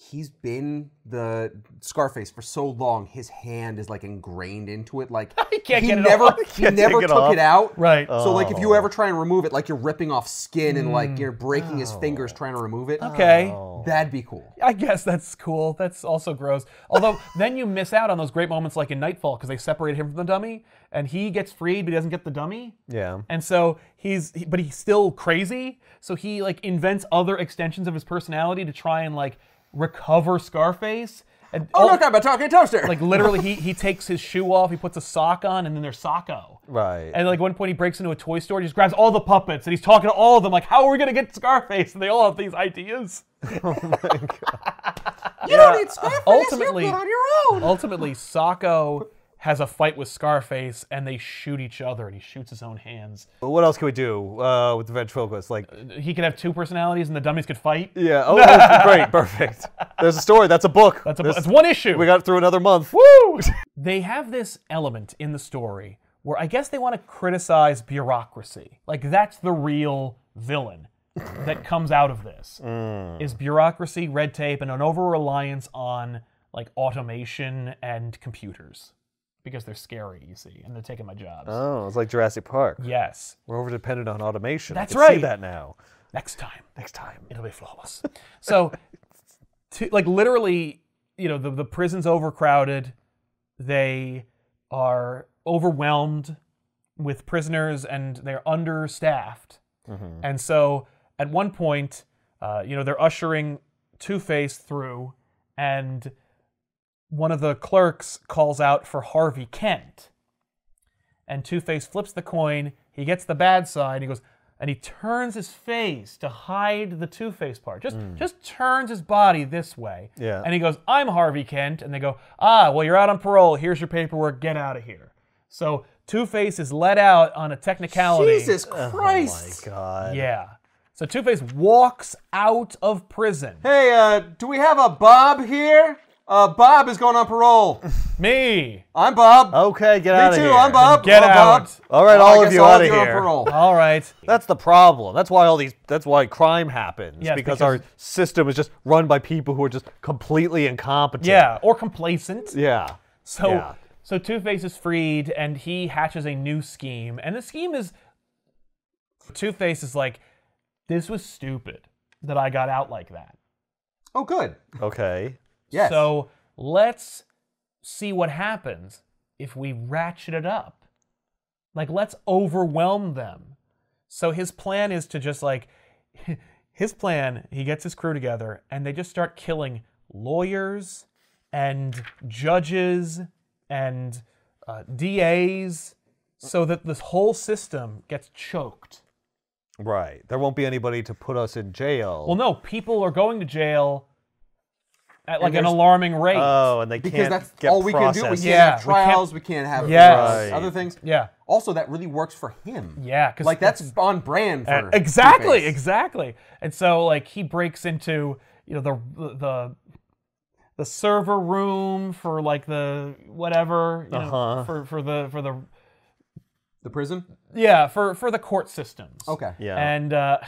he's been the Scarface for so long, his hand is like ingrained into it. Like he
can't get it
never,
off. He
he
can't
never
take it
took
off.
it out.
Right.
So like if you ever try and remove it, like you're ripping off skin and like you're breaking his fingers trying to remove it.
Mm. Okay.
That'd be cool.
I guess that's cool. That's also gross. Although then you miss out on those great moments like in Nightfall because they separate him from the dummy and he gets freed but he doesn't get the dummy.
Yeah.
And so he's he- but he's still crazy. So he like invents other extensions of his personality to try and like recover Scarface. And
Oh
all-
look, I'm a talking toaster.
like literally he he takes his shoe off, he puts a sock on and then there's Socko.
Right.
And like one point, he breaks into a toy store. And he just grabs all the puppets and he's talking to all of them. Like, how are we gonna get Scarface? And they all have these ideas.
you don't need Scarface.
ultimately-
you're good on your own.
ultimately, Sacco has a fight with Scarface, and they shoot each other, and he shoots his own hands.
But what else can we do uh, with the ventriloquist? Like,
He could have two personalities, and the dummies could fight.
yeah. Oh, that's great. Perfect. There's a story. That's a book.
That's, a,
There's-
that's one issue.
We got through another month.
Woo! they have this element in the story where I guess they want to criticize bureaucracy. Like that's the real villain that comes out of this
Mm.
is bureaucracy, red tape, and an over reliance on like automation and computers because they're scary, you see, and they're taking my jobs.
Oh, it's like Jurassic Park.
yes.
We're over dependent on automation. I
That's
can
right.
See that now.
Next time.
Next time.
it'll be flawless. so, to, like literally, you know, the, the prison's overcrowded. They are overwhelmed with prisoners and they're understaffed. And so at one point, uh, you know, they're ushering Two Face through, and one of the clerks calls out for Harvey Kent. And Two Face flips the coin. He gets the bad side. He goes, and he turns his face to hide the Two Face part. Just, just turns his body this way.
Yeah.
And he goes, "I'm Harvey Kent." And they go, "Ah, well, you're out on parole. Here's your paperwork. Get out of here." So Two Face is let out on a technicality.
Jesus Christ!
Oh God.
Yeah. So Two Face walks out of prison.
Hey, uh, do we have a Bob here? Uh, Bob is going on parole.
Me.
I'm Bob.
Oh,
Okay, get out
Me
of
too.
here.
I'm Bob.
Get
I'm Bob.
out.
All right,
Well, I
all
guess
of you
all
out
of
of
you on
here.
parole.
All right.
That's the problem. That's why all these. That's why crime happens.
Yes,
because,
because-
our system is just run by people who are just completely incompetent.
Yeah, or complacent.
Yeah.
So
Yeah.
so Two Face is freed and he hatches a new scheme. And the scheme is Two Face is like, this was stupid that I got out like that.
Oh, good.
Okay.
Yes.
So let's see what happens if we ratchet it up. Like, let's overwhelm them. So his plan is to just like, his plan, he gets his crew together and they just start killing lawyers and judges and uh, DAs so that this whole system gets choked.
Right. There won't be anybody to put us in jail.
Well, no, people are going to jail at like an
there's-
alarming rate.
Oh, and they
because
can't
that's
get
all we can do. We
processed.
can't
Yeah,
have
we can't-
trials. We can't, have
Yes.
Right.
other things.
yeah.
Also, that really works for him.
Yeah, 'cause
like that's on brand for
Uh, exactly,
Two-Face.
exactly. And so like he breaks into you know the the the server room for like the whatever you know,
Uh-huh.
for for the for the
The prison.
yeah for for the court systems.
Okay.
Yeah.
And uh,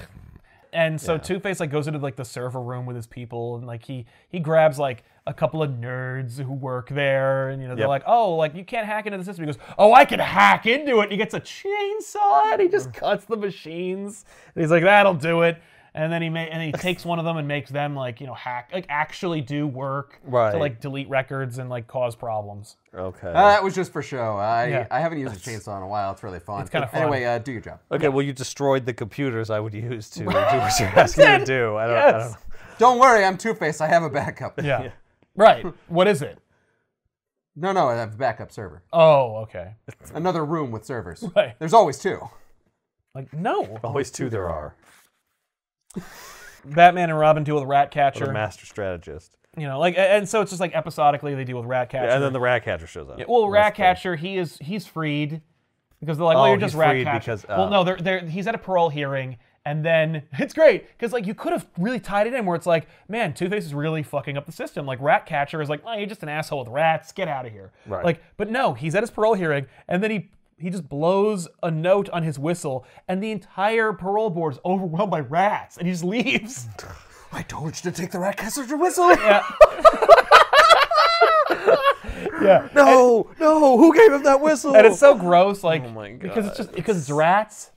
and so Two Face like goes into like the server room with his people, and like he he grabs like a couple of nerds who work there, and you know they're
Yep.
like, oh, like you can't hack into the system. He goes, oh, I can hack into it. And he gets a chainsaw and he
Mm.
just cuts the machines, and he's like, that'll do it. And then he ma- and he takes one of them and makes them like you know hack like actually do work to
Right.
like delete records and like cause problems.
Okay.
Uh, that was just for show. I
Yeah.
I haven't used a chainsaw in a while. It's really fun. It's
kinda fun.
Anyway, uh, do your job.
okay. Well, you destroyed the computers I would use to do what you're asking me to do. I don't, I don't
Yes.
know.
Don't worry, I'm Two Face. I have a backup.
Yeah. Right. What is it?
No, no, I have a backup server.
Oh, okay.
Another room with servers.
Right.
There's always two.
Like no.
Always two there are.
Batman and Robin deal with
What a
Ratcatcher.
master strategist.
you know like and so it's just like episodically they deal with ratcatcher
And then the rat catcher shows up.
well ratcatcher he is he's freed because they're like well
Oh,
you're just
he's freed
ratcatcher
because, uh,
well no they're, they're, he's at a parole hearing and then it's great because like you could have really tied it in where it's like man two-face is really fucking up the system like ratcatcher is like oh you're just an asshole with rats get out of here
Right.
like but no he's at his parole hearing and then he he just blows a note on his whistle and the entire parole board is overwhelmed by rats and he just leaves
I told you to take the rat catcher whistle.
no, no. Who gave him that whistle?
and it's so gross like
my
because it's just because it's rats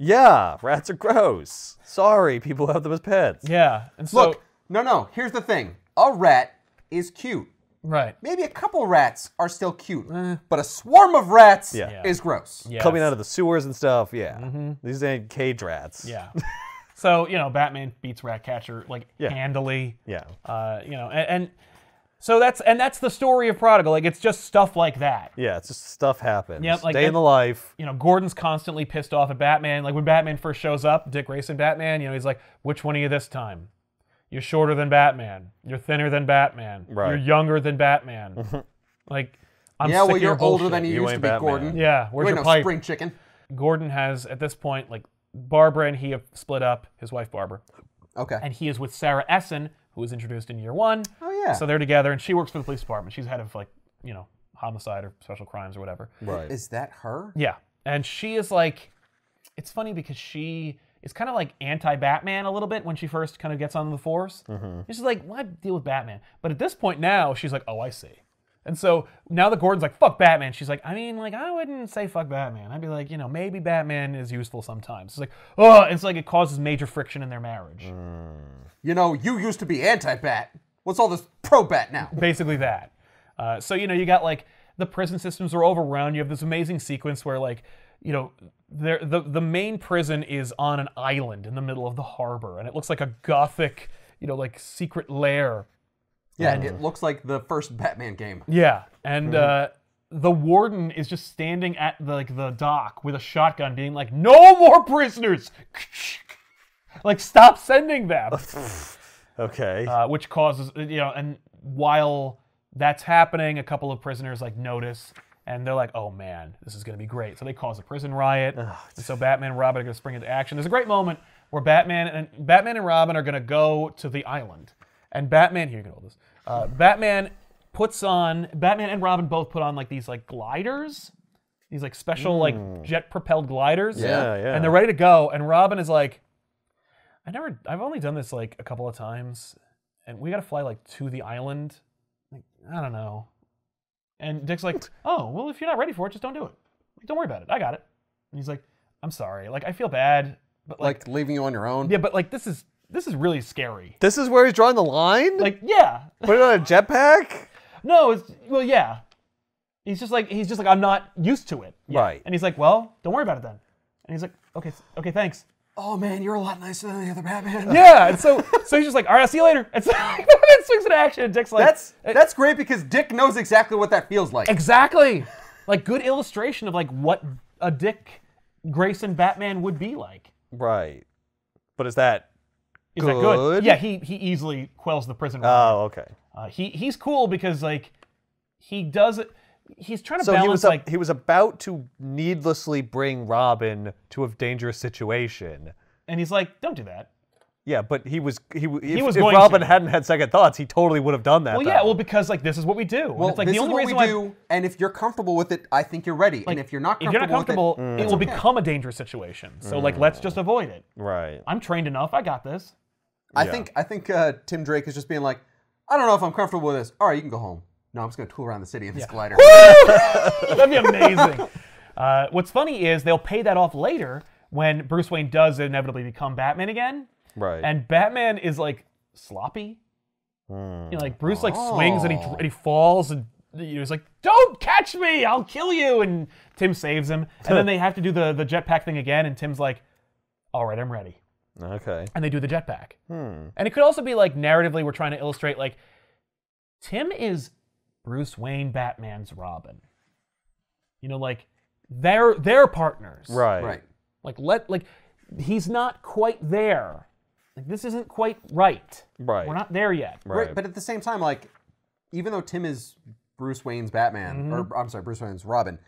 yeah, rats are gross. Sorry, people who have them as pets.
Yeah, and so
Look, no, no. Here's the thing. A rat is cute.
right,
Maybe a couple rats are still cute, but a swarm of rats
Yeah.
is gross.
yeah.
Coming out of the sewers and stuff. Yeah. These ain't cage rats.
yeah. so you know, Batman beats Ratcatcher like
Yeah.
handily.
Yeah.
Uh, you know, and, and so that's and that's the story of Prodigal. Like it's just stuff like that.
Yeah, it's just stuff happens.
Yep, like
Day
it-
in the life.
You know, Gordon's constantly pissed off at Batman. Like when Batman first shows up, Dick Grayson Batman. You know, he's like, "Which one are you this time? You're shorter than Batman. You're thinner than Batman.
Right.
You're younger than Batman. like, I'm
Yeah,
sick
well,
of your
you're older
bullshit.
than you,
You
used to
ain't
be,
Batman.
Gordon.
Yeah, where's
Wait,
your
no,
pipe?
spring chicken.
Gordon has at this point like Barbara and he have split up. His wife Barbara.
Okay.
and he is with Sarah Essen, who was introduced in year one.
oh yeah.
So they're together, and she works for the police department. She's head of like you know homicide or special crimes or whatever.
Right.
is that her?
Yeah, and she is like, it's funny because she is kind of like anti-Batman a little bit when she first kind of gets on the force. Mm-hmm. She's like, why deal with Batman? But at this point now, she's like, oh, I see. And so now that Gordon's like, fuck Batman, she's like, I mean, like, I wouldn't say fuck Batman. I'd be like, you know, maybe Batman is useful sometimes. It's like, oh, it's like it causes major friction in their marriage.
You know, you used to be anti-bat. What's all this pro-bat now?
basically that. Uh, so you know, you got like the prison systems are overrun. You have this amazing sequence where like you know, there the the main prison is on an island in the middle of the harbor, and it looks like a gothic, you know, like secret lair.
Yeah, it looks like the first Batman game.
Yeah, and uh, the warden is just standing at the, like the dock with a shotgun, being like, "No more prisoners! like, stop sending them!"
Okay.
uh, which causes you know and while that's happening a couple of prisoners like notice and they're like oh man this is going to be great so they cause a prison riot and so batman and robin are going to spring into action there's a great moment where batman and batman and robin are going to go to the island and batman here you can hold this uh, batman puts on batman and robin both put on like these like gliders these like special like jet propelled gliders
yeah, yeah.
and they're ready to go. And Robin is like, I never, I've only done this like a couple of times, and we got to fly like to the island. Like, I don't know. And Dick's like, Oh, well, if you're not ready for it, just don't do it. Like, don't worry about it. I got it. And he's like, I'm sorry. Like, I feel bad, but like,
Like leaving you on your own.
yeah, but like this is this is really scary.
this is where he's drawing the line.
Like, yeah,
Put it on a jetpack.
no, it's well, yeah. He's just like he's just like I'm not used to it. yet."
Right.
And he's like, Well, don't worry about it then. And he's like, Okay, okay, thanks.
Oh man, you're a lot nicer than the other Batman.
Yeah, and so so he's just like, all right, I'll see you later. And so it swings into action, and Dick's like,
That's that's great because Dick knows exactly what that feels like.
exactly like good illustration of like what a Dick Grayson Batman would be like.
Right. But is that?
Is that
Good.
good? Yeah, he he easily quells the prison. riot.
Oh, okay.
Uh, he he's cool because like he does it. He's trying to
So
balance
he was a-
like
he was about to needlessly bring Robin to a dangerous situation.
and he's like, don't do that.
Yeah, but he was he, w- if,
was
if
going
Robin
to.
hadn't had second thoughts, he totally would have done that.
Well,
though.
yeah, well because like this is what we do. and
Well,
it's like
this
the only
is what
reason
we
why
do, and if you're comfortable with it, I think you're ready. and if you're not
if
comfortable,
you're not comfortable, it, will become a dangerous situation. So like let's
Mm.
just avoid it.
right.
I'm trained enough. I got this.
with it, I think I think uh, Tim Drake is just being like, I don't know if I'm comfortable with this. All right, you can go home. No, I'm just gonna tool around the city in this glider.
That'd be amazing. Uh, what's funny is they'll pay that off later when Bruce Wayne does inevitably become Batman again,
Right.
and Batman is like sloppy. You know, like Bruce like swings and he dr- and he falls and you know, he's like, "Don't catch me! I'll kill you!" And Tim saves him, and then they have to do the the jetpack thing again, and Tim's like, "All right, I'm ready."
okay. Hmm.
and they do the jetpack. And it could also be like narratively, we're trying to illustrate like Tim is Bruce Wayne, Batman's Robin. You know, like they're they're partners,
Right.
right.
Like let like he's not quite there. Like this isn't quite right.
Right.
We're not there yet.
Right.
Right, but at the same time, like, even though Tim is Bruce Wayne's Batman,
Mm-hmm.
or I'm sorry, Bruce Wayne's Robin,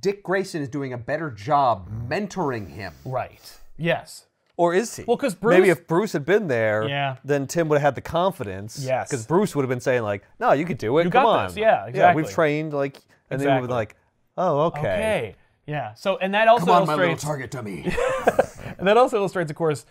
Dick Grayson is doing a better job mentoring him.
Right. Yes.
Or is he?
Well, 'cause
maybe
Bruce-
if Bruce had been there,
Yeah.
then Tim would have had the confidence.
Yes.
Because Bruce would have been saying like, "No, you could do it.
You
Come
got
on.
this. Yeah,
Yeah, we've
exactly.
trained like, and then we
Exactly.
would be like, "Oh, okay.
Okay. Yeah. So and that also
Come on, my little
illustrates
target dummy.
and that also illustrates, of course,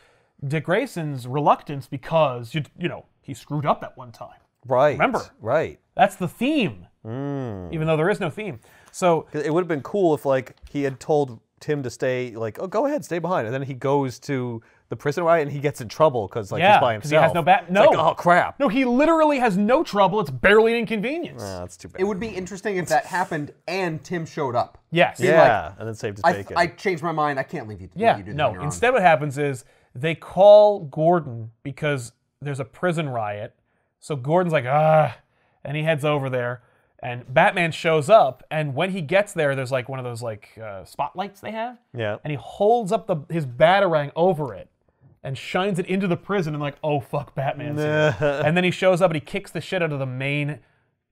Dick Grayson's reluctance because you you know he screwed up that one time.
Right.
Remember.
Right.
That's the theme,
Hmm.
even though there is no theme. So
'Cause It would have been cool if like he had told Tim to stay like, "Oh, go ahead, stay behind," and then he goes to the prison riot and he gets in trouble because like
Yeah,
he's by
'cause
himself.
he has no bat-
It's like,
no.
oh crap.
no, he literally has no trouble. It's barely an inconvenience.
Oh, that's too bad.
It would be interesting if that happened and Tim showed up.
yes.
yeah, and then saved his
I,
bacon.
I changed my mind. I can't leave you.
Yeah.
let you do this on
No.
your own.
Instead, what happens is they call Gordon because there's a prison riot. So Gordon's like, ah, and he heads over there. And Batman shows up, and when he gets there, there's like one of those like uh, spotlights they have.
Yeah.
And he holds up the his batarang over it, and shines it into the prison, and like, oh fuck, Batman's here. and then he shows up and he kicks the shit out of the main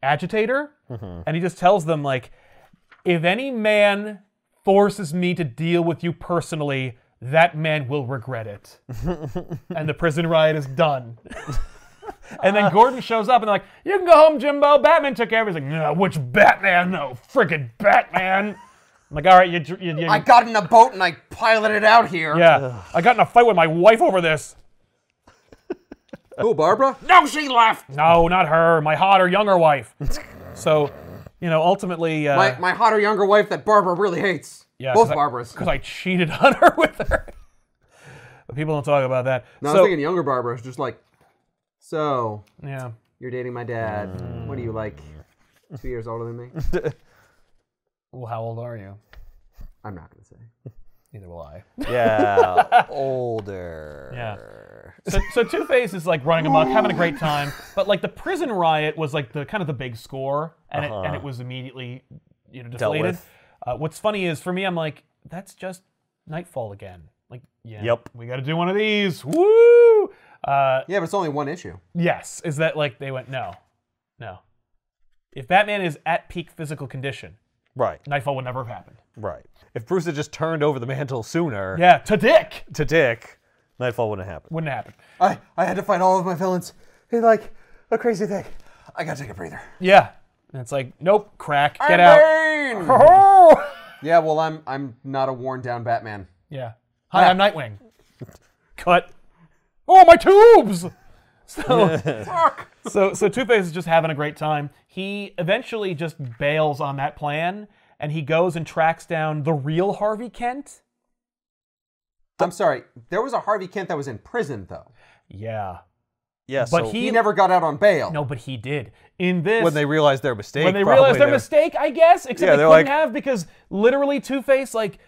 agitator,
Mm-hmm.
and he just tells them like, if any man forces me to deal with you personally, that man will regret it. and the prison riot is done. and then Gordon shows up and they're like, you can go home, Jimbo. Batman took care of it. He's like, no, which Batman? No, freaking Batman. I'm like, all right, you, you, you,
I got in a boat and I piloted out here.
yeah. I got in a fight with my wife over this.
Oh, Barbara.
no, she
Uh,
left.
No, not her. My hotter, younger wife. so, you know, ultimately, uh,
My, my hotter, younger wife that Barbara really hates.
yeah,
Both Barbaras.
because I, cheated on her with her. But people don't talk about that.
no, I was
so,
thinking younger Barbara. It's just like, so
yeah.
you're dating my dad. What
Hmm.
are you like? Two years older than me.
Well, how old are you?
I'm not going to say.
Neither will I.
Yeah, older.
Yeah. So, so Two Face is like running amok, having a great time, but like the prison riot was like the kind of the big score, and it and it was immediately you know deflated.
with.
Uh, what's funny is for me, I'm like, that's just Nightfall again. Like, yeah,
Yep.
we got to do one of these. Woo! Uh,
Yeah, but it's only one issue.
yes, is that like they went no, no. If Batman is at peak physical condition,
Right,
Nightfall would never have happened.
right. If Bruce had just turned over the mantle sooner
Yeah, to Dick
to Dick, Nightfall wouldn't have happened.
wouldn't happen.
I, I had to fight all of my villains. It's like a crazy thing. I got to take a breather.
Yeah, and it's like nope, crack, get out. Oh!
yeah, well, I'm I'm not a worn down Batman.
Yeah. Hi, I'm Nightwing. Ah. Cut. Oh, my tubes! So, so, so Two Face is just having a great time. He eventually just bails on that plan, and he goes and tracks down the real Harvey Kent.
I'm sorry. There was a Harvey Kent that was in prison though.
Yeah,
Yeah,
but
so
he,
He never got out on bail.
No, but he did. In this,
when they realized their mistake,
when they
probably
realized their
they're-
mistake, I guess. Except
Yeah,
they
they're
couldn't
like-
have because literally Two Face like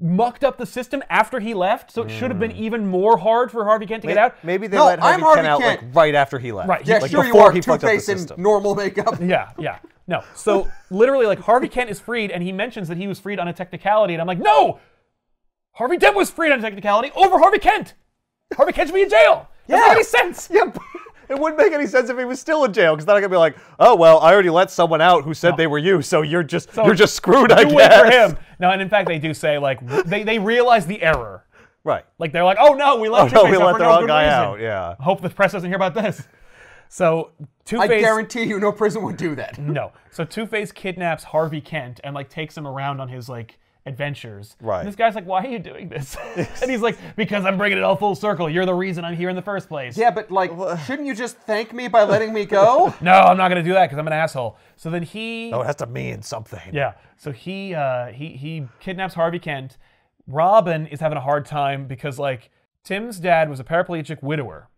mucked up the system after he left, so it should have been even more hard for Harvey Kent to get out.
Maybe they
No,
let Harvey
I'm Harvey
Kent out like
Kent.
right after he left.
Right,
Yeah,
like
sure you
before
are.
he
Two
fucked up the
Face in
system.
normal makeup.
Yeah, yeah. No. So literally, like Harvey Kent is freed, and he mentions that he was freed on a technicality, and I'm like, no, Harvey Dent was freed on a technicality over Harvey Kent. Harvey Kent should be in jail. Doesn't
Yeah.
make any sense.
Yeah, but it wouldn't make any sense if he was still in jail because then I could be like, oh well, I already let someone out who said they were you, so you're just you're just screwed. I
You wait for
guess.
him. No, and in fact, they do say like w- they they realize the error.
Right.
Like they're like, oh no, we
Oh
left.
no,
Two-Face
we
out
let
for
the
no
wrong
good
guy
reason.
out. Yeah.
Hope the press doesn't hear about this. So Two
I
Face.
guarantee you, no prison would do that.
No. So Two Face kidnaps Harvey Kent and like takes him around on his like adventures.
Right.
And this guy's like, "Why are you doing this?" and he's like, "Because I'm bringing it all full circle. You're the reason I'm here in the first place."
Yeah, but like, shouldn't you just thank me by letting me go?
No, I'm not gonna do that because I'm an asshole. So then he.
Oh, it has to mean something.
Yeah. So he uh, he he kidnaps Harvey Kent. Robin is having a hard time because like Tim's dad was a paraplegic widower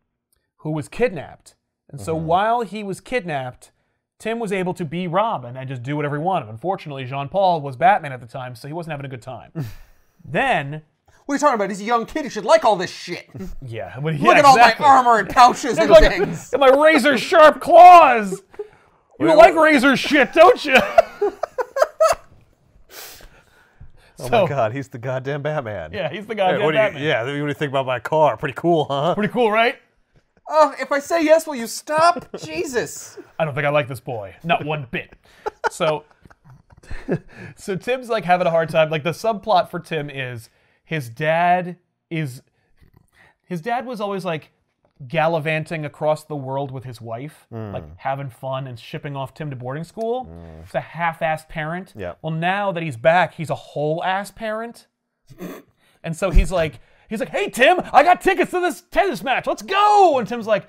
who was kidnapped, and so while he was kidnapped, Tim was able to be Robin and just do whatever he wanted. Unfortunately, Jean Paul was Batman at the time, so he wasn't having a good time. then,
What are you talking about? He's a young kid. He should like all this shit.
yeah, well, yeah,
Look at
exactly.
all my armor and pouches and
Look at-
things.
at my razor sharp claws. You like razor shit, don't you?
Oh my God, he's the goddamn Batman.
Yeah, he's the
Hey,
guy.
what do you, yeah, what do you think about my car? Pretty cool, huh?
Pretty cool, right?
Oh, if I say yes, will you stop? Jesus.
I don't think I like this boy. Not one bit. So so Tim's like having a hard time. Like the subplot for Tim is his dad is his dad was always like gallivanting across the world with his wife, like having fun and shipping off Tim to boarding school. He's a half-assed parent.
Yeah.
Well, now that he's back, he's a whole-ass parent. and so he's like, he's like, "Hey Tim, I got tickets to this tennis match. Let's go!" And Tim's like.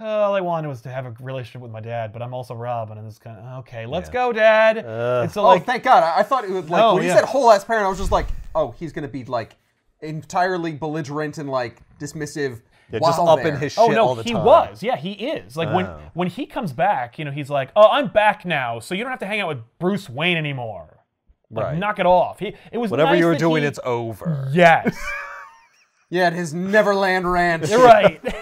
All I wanted was to have a relationship with my dad, but I'm also Robin, and it's kind of okay. Let's go, Dad. and so,
Oh,
like,
thank God. I, I thought it was like
Oh,
when you
yeah.
said whole ass parent, I was just like, oh, he's gonna be like entirely belligerent and like dismissive.
Yeah,
while
just up
there.
in his shit
Oh no,
all the
he
time.
was. Yeah, he is. Like
Oh.
when when he comes back, you know, he's like, "Oh, I'm back now, so you don't have to hang out with Bruce Wayne anymore. Like,
Right.
knock it off." He it was
Whatever
nice
you were
that
doing,
he-
it's over.
yes,
Yeah, at his Neverland Ranch.
you're right.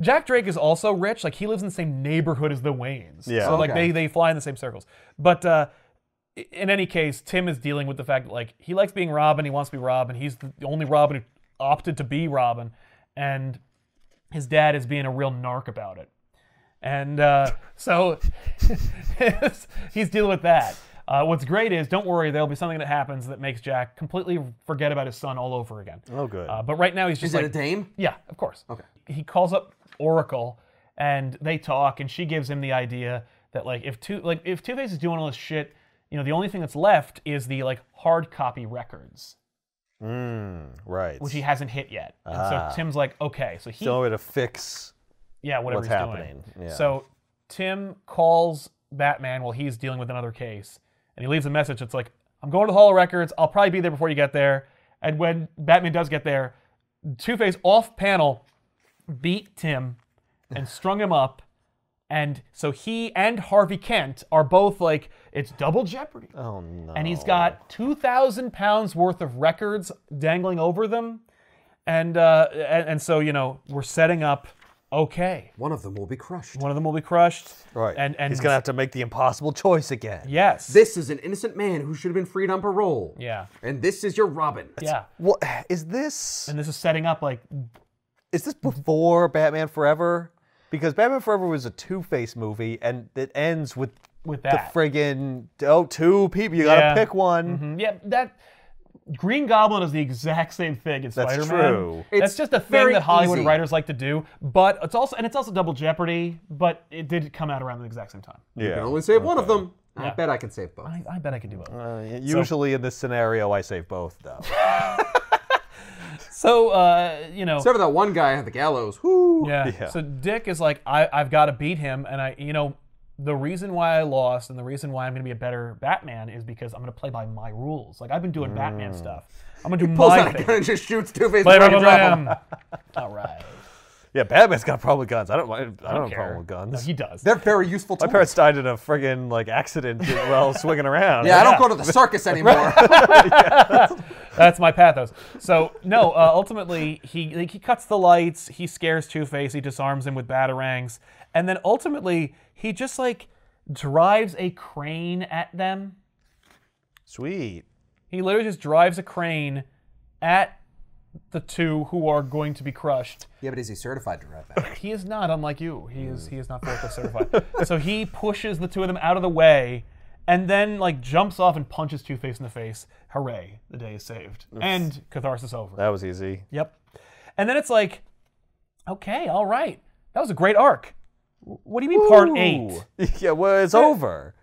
Jack Drake is also rich. Like he lives in the same neighborhood as the Waynes.
Yeah.
So like
Okay.
they they fly in the same circles. But uh, i- in any case, Tim is dealing with the fact that like he likes being Robin. He wants to be Robin. He's the only Robin who opted to be Robin, and his dad is being a real narc about it. And uh, so he's dealing with that. Uh, what's great is, don't worry, there'll be something that happens that makes Jack completely forget about his son all over again.
Oh, good.
Uh, but right now he's just
Is
like,
it a dame?
yeah, of course. Okay. He calls up Oracle and they talk and she gives him the idea that like if two like if Two Face is doing all this shit, you know, the only thing that's left is the like hard copy records,
Mm, right.
which he hasn't hit yet. And so Tim's like, okay. Ah. So he
the only way to fix.
yeah, whatever
what's
he's
happening.
doing.
Yeah.
So Tim calls Batman while he's dealing with another case, and he leaves a message. that's like, I'm going to the Hall of Records. I'll probably be there before you get there. And when Batman does get there, Two Face off panel beat Tim and strung him up And so he and Harvey Kent are both like, it's double jeopardy.
Oh no.
And he's got 2,000 pounds worth of records dangling over them. And, uh, and, and so, you know, we're setting up, okay,
One of them will be crushed.
one of them will be crushed.
right.
And, and
he's gonna have to make the impossible choice again.
yes.
This is an innocent man who should have been freed on parole.
yeah.
And this is your Robin.
Yeah.
What is this?
And this is setting up like,
Is this before Batman Forever? Because Batman Forever was a Two-Face movie, and it ends with
with
the
that.
friggin' oh two people. You gotta
Yeah.
pick one.
Mhm. Yeah, that. Green Goblin is the exact same thing in Spider-Man.
true.
That's
It's
just a thing
very
that Hollywood
easy.
writers like to do, but it's also and it's also double jeopardy, but it did come out around the exact same time.
I can
Yeah.
only save one of them. I bet I can save both.
I, I bet I could do both.
Uh, Usually in this scenario, I save both though.
So uh, you know,
Except for that one guy at the gallows. Whoo!
yeah.
Yeah.
So Dick is like, I, I've got to beat him, and I, you know, the reason why I lost and the reason why I'm going to be a better Batman is because I'm going to play by my rules. Like I've been doing Batman stuff. I'm going to do
Mm. Pulls
my
out a
thing.
gun and just shoots Two Face.
Blam,
before you
blam,
drop him.
blam. All right.
yeah, Batman's got a problem with guns. I don't. I, I don't, have a
Care.
problem with guns.
No, he does.
They're very useful
My
tools.
parents died in a friggin' like accident while swinging around.
yeah, I don't go to the circus anymore.
That's my pathos. So no, uh, ultimately he like, he cuts the lights. He scares Two Face. He disarms him with batarangs, and then ultimately he just like drives a crane at them.
Sweet.
He literally just drives a crane at the two who are going to be crushed.
yeah, but is he certified to drive that?
He is not unlike you. He is he is not forklift certified. so he pushes the two of them out of the way, and then like jumps off and punches Two Face in the face. Hooray! The day is saved, and catharsis over.
That was easy.
Yep. And then it's like, okay, all right. That was a great arc. What do you mean part eight?
Ooh. Yeah, well, it's over.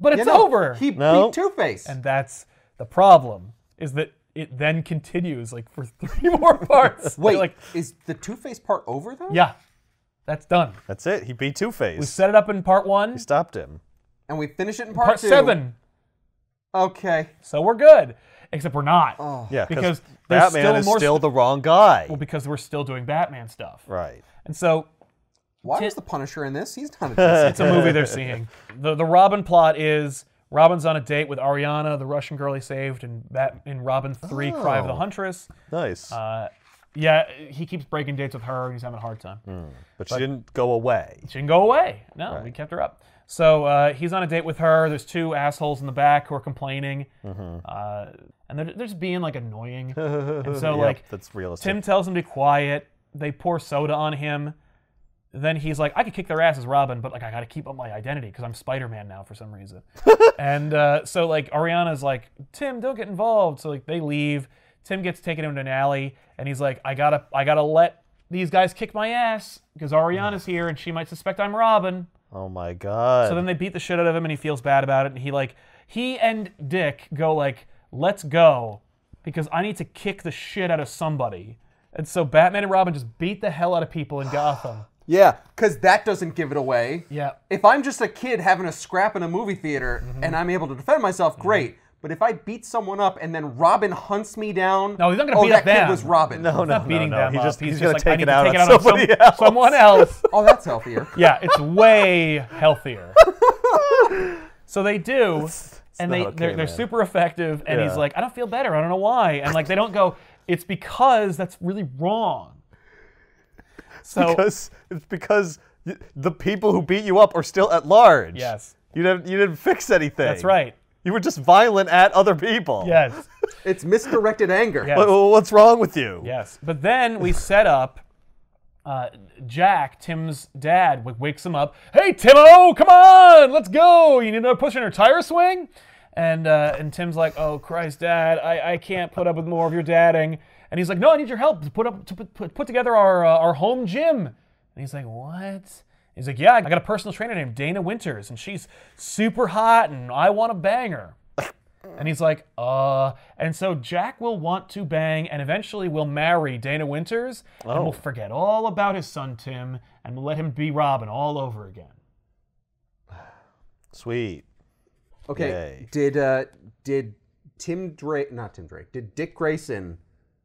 But it's over.
He
No.
beat Two Face.
and that's the problem is that it then continues like for three more parts. They're
Wait,
like,
is the Two Face part over though?
yeah, that's done.
That's it. He beat Two
We
Face.
set it up in part one,
Stopped him.
And we finish it in part,
part
two.
seven.
Okay. Oh,
So we're good. Except we're not.
Yeah,
Because there's
Batman
still
is
more
still the wrong guy.
Because we're still doing Batman stuff.
right.
And so
Why was the Punisher in this? He's not. A
It's a movie they're seeing. The the Robin plot is Robin's on a date with Ariana, the Russian girl he saved, and that in Robin Three, Cry of
Oh.
the Huntress. Uh,
Nice.
Yeah, he keeps breaking dates with her, and he's having a hard time.
but she didn't go away.
She didn't go away. No, we kept her up. So uh, he's on a date with her. There's two assholes in the back who are complaining, uh, and they're, they're just being like annoying. and so
Yep,
like
that's realistic.
Tim tells him to be quiet. They pour soda on him. Then he's like, I could kick their ass as Robin, but like I gotta keep up my identity because I'm Spider-Man now for some reason. and uh, so like Ariana's like, Tim, don't get involved. So like they leave. Tim gets taken into an alley, and he's like, I gotta, I gotta let these guys kick my ass because Ariana's here and she might suspect I'm Robin.
oh my god.
So then they beat the shit out of him, and he feels bad about it. And he like he and Dick go like, "Let's go," because I need to kick the shit out of somebody. And so Batman and Robin just beat the hell out of people in Gotham.
yeah, because that doesn't give it away.
Yeah.
If I'm just a kid having a scrap in a movie theater
Mm-hmm.
and I'm able to defend myself, great. But if I beat someone up and then Robin hunts me down,
No, he's not gonna
oh,
beat
that
up
kid
them.
was Robin.
no, no,
Not beating
no, no.
them
He
up.
just,
he's,
he's,
just
gonna
like,
take
I need
it
to
out
take it
on
out on
somebody
some-
else.
someone else.
Oh, that's healthier.
yeah, it's way healthier. So they do, and they
not okay,
they're, they're
man.
super effective. And he's
Yeah.
like, I don't feel better. I don't know why. And like they don't go. It's because that's really wrong. So
because it's because y- the people who beat you up are still at large.
Yes.
You didn't you didn't fix anything.
that's right.
You were just violent at other people.
Yes.
It's misdirected anger.
Yeah.
Wha- wha- What's wrong with you?
Yes, but then we set up. Uh, Jack, Tim's dad, w- wakes him up. Hey, Timo, come on, let's go. You need another push in her tire swing. And uh, and Tim's like, oh Christ, Dad, I, I can't put up with more of your dadding. And he's like, no, I need your help to put up to put, put, put together our uh, our home gym. And he's like, what? He's like, yeah, I got a personal trainer named Dana Winters, and she's super hot, and I want to bang her. And he's like, uh. And so Jack will want to bang and eventually will marry Dana Winters and
Oh.
will forget all about his son Tim and will let him be Robin all over again.
Sweet.
Okay.
Yay.
Did uh did Tim Drake not Tim Drake, did Dick Grayson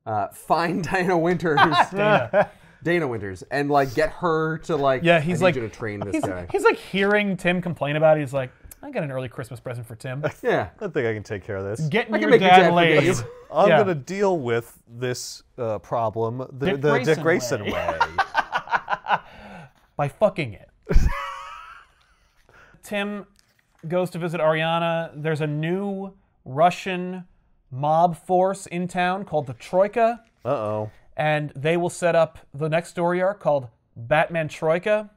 uh find Diana Winters
Dana.
Dana Winters and like get her to like
Yeah, he's
I need
like-
you to train this
He's,
guy.
he's like hearing Tim complain about it. He's like, I got an early Christmas present for Tim.
yeah.
I think I can take care of this.
Get
I
me
can
your
make your
dad,
dad forget
laid.
you.
I'm
Yeah.
gonna deal with this uh, problem the
Dick
the Dick
Grayson
Grayson
way.
way.
by fucking it. Tim goes to visit Ariana. There's a new Russian mob force in town called the Troika,
uh oh.
and they will set up the next story arc called Batman Troika.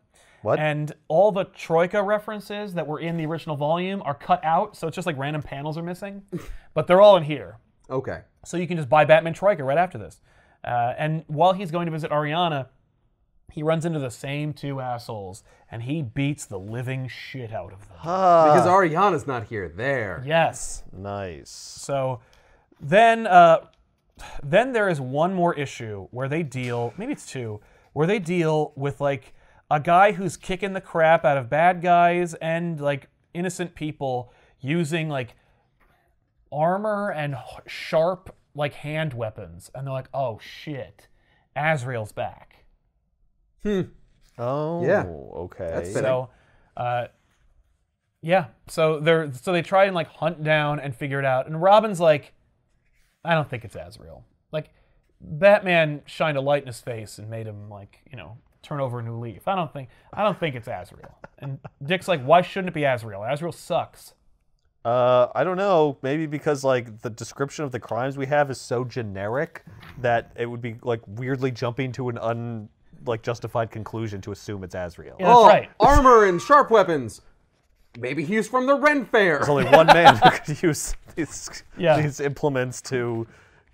What?
And all the Troika references that were in the original volume are cut out, so it's just like random panels are missing, but they're all in here
Okay.
so you can just buy Batman Troika right after this. Uh, and while he's going to visit Ariana, he runs into the same two assholes, and he beats the living shit out of them.
because Ariana's not here. There.
Yes.
Nice.
So then, uh, then there is one more issue where they deal. Maybe it's two. Where they deal with like a guy who's kicking the crap out of bad guys and like innocent people using like armor and h- sharp like hand weapons, and they're like, "Oh shit, Azrael's back."
Oh.
Yeah.
Okay.
That's fitting.
So, uh, yeah. So they're so they try and like hunt down and figure it out. And Robin's like, I don't think it's Azrael. Like, Batman shined a light in his face and made him like you know turn over a new leaf. I don't think I don't think it's Azrael. And Dick's like, why shouldn't it be Azrael? Azrael sucks.
Uh, I don't know. Maybe because like the description of the crimes we have is so generic that it would be like weirdly jumping to an un like justified conclusion to assume it's Azrael.
Yeah, that's
oh,
right.
armor and sharp weapons. Maybe he's from the Ren Fair.
There's only one man who could use these,
Yeah.
these implements to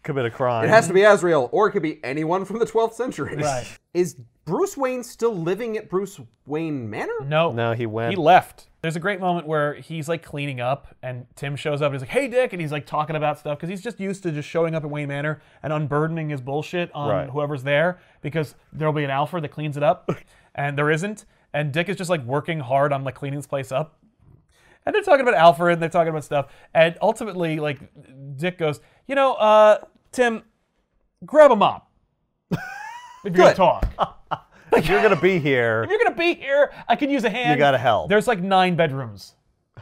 commit a crime.
It has to be Azrael, or it could be anyone from the 12th century.
Right.
Is Bruce Wayne still living at Bruce Wayne Manor?
No.
no, he went.
He left. There's a great moment where he's like cleaning up, and Tim shows up and he's like, "Hey, Dick," and he's like talking about stuff because he's just used to just showing up at Wayne Manor and unburdening his bullshit on
Right.
whoever's there because there'll be an Alfred that cleans it up, and there isn't, and Dick is just like working hard on like cleaning this place up, and they're talking about Alfred and they're talking about stuff, and ultimately like Dick goes, "You know, uh, Tim, grab a mop if you're gonna
Good.
talk."
If You're gonna be here.
you're gonna be here. I could use a hand.
You gotta help.
There's like nine bedrooms,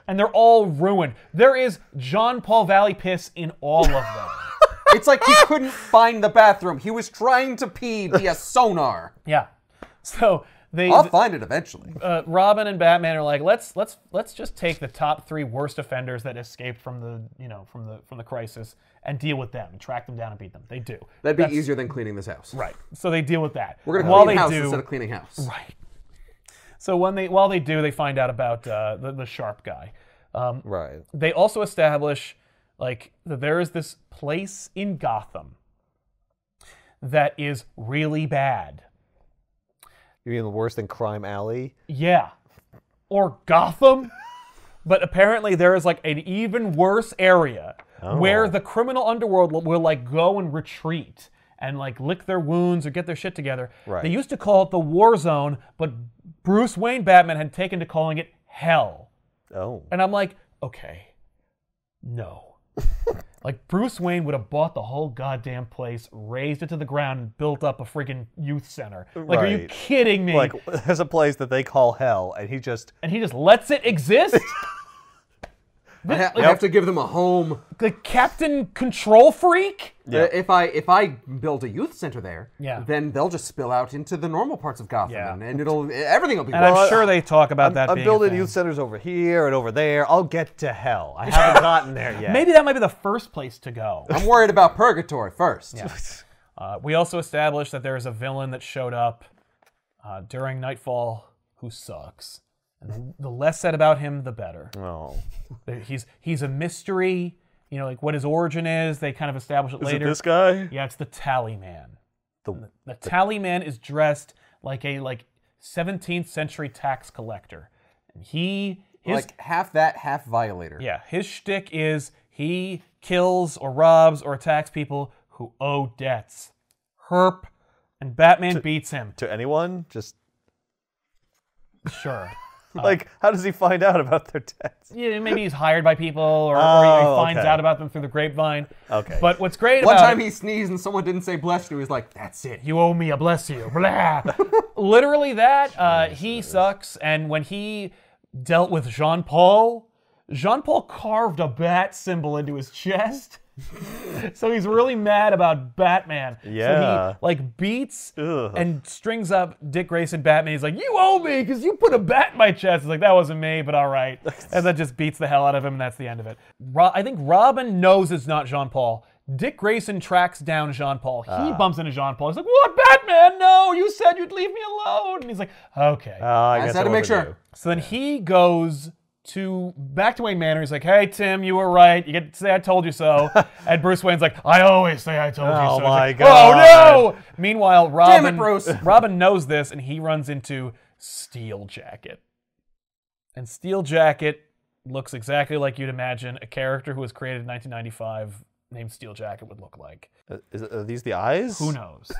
and they're all ruined. There is John Paul Valley piss in all of them.
It's like he couldn't find the bathroom. He was trying to pee via sonar.
yeah. So they,
I'll find it eventually.
uh, Robin and Batman are like, let's let's let's just take the top three worst offenders that escaped from the you know from the from the crisis and deal with them, track them down and beat them. They do.
That'd be easier than cleaning this house.
Right. So they deal with that.
We're gonna
And while
clean
they
house
do,
instead of cleaning house.
Right. So when they while they do, they find out about uh, the the sharp guy. Um,
Right.
they also establish like that there is this place in Gotham that is really bad.
You mean worse than Crime Alley?
Yeah. Or Gotham. but apparently there is like an even worse area where the criminal underworld will, will like go and retreat and like lick their wounds or get their shit together.
Right.
They used to call it the war zone, but Bruce Wayne Batman had taken to calling it hell.
Oh.
And I'm like, okay, no. like Bruce Wayne would have bought the whole goddamn place, raised it to the ground, and built up a freaking youth center. Like, are you
Right.
kidding me?
Like there's a place that they call hell, and he just
and he just lets it exist?
I, ha- I have to give them a home.
the Captain Control Freak?
Uh, if I if I build a youth center there,
Yeah.
then they'll just spill out into the normal parts of Gotham,
Yeah.
and, and it'll everything will be.
And I'm sure they talk about that.
I'm
being a
building
thing.
youth centers over here and over there. I'll get to hell. I haven't gotten there yet.
Maybe that might be the first place to go.
I'm worried about purgatory first.
Uh, we also established that there is a villain that showed up uh, during Nightfall who sucks. And the less said about him, the better.
Oh.
That he's he's a mystery. You know, like what his origin is. They kind of establish it
Is
later.
it this guy?
Yeah, it's the Tally Man.
The-
The Tally Man is dressed like a like 17th century tax collector, and he his
like half that, half violator.
yeah his shtick is he kills or robs or attacks people who owe debts. Herp, and Batman beats him.
to anyone? Just
Sure.
like, how does he find out about their debts?
Yeah, maybe he's hired by people, or, or he
Oh,
finds
okay.
out about them through the grapevine.
Okay.
But what's great
One
about
time
it,
he sneezed and someone didn't say bless you. He was like, that's it.
you owe me a bless you. Blah. Literally that. Uh, he sucks. And when he dealt with Jean Paul, Jean Paul carved a bat symbol into his chest. so he's really mad about Batman. So
Yeah.
he like beats
Ugh.
and strings up Dick Grayson Batman. He's like, "You owe me because you put a bat in my chest." He's like, "That wasn't me, but all right." and that just beats the hell out of him, and that's the end of it. Ro- I think Robin knows it's not Jean Paul. Dick Grayson tracks down Jean Paul. He bumps into Jean Paul. He's like, "What, Batman? No, you said you'd leave me alone." And he's like, "Okay."
Uh, I,
I
guess
just had
it
to make
wasn't
sure.
So then he goes to back to Wayne Manor. He's like, "Hey Tim, you were right. You get to say I told you so." and Bruce Wayne's like, "I always say I told you
Oh
so." It's
my
like,
God.
Oh no! Meanwhile, Robin
Damn it, Bruce.
Robin knows this, and he runs into Steel Jacket. And Steel Jacket looks exactly like you'd imagine a character who was created in 1995 named Steel Jacket would look like.
you. Uh, Is, are these the eyes?
Who knows?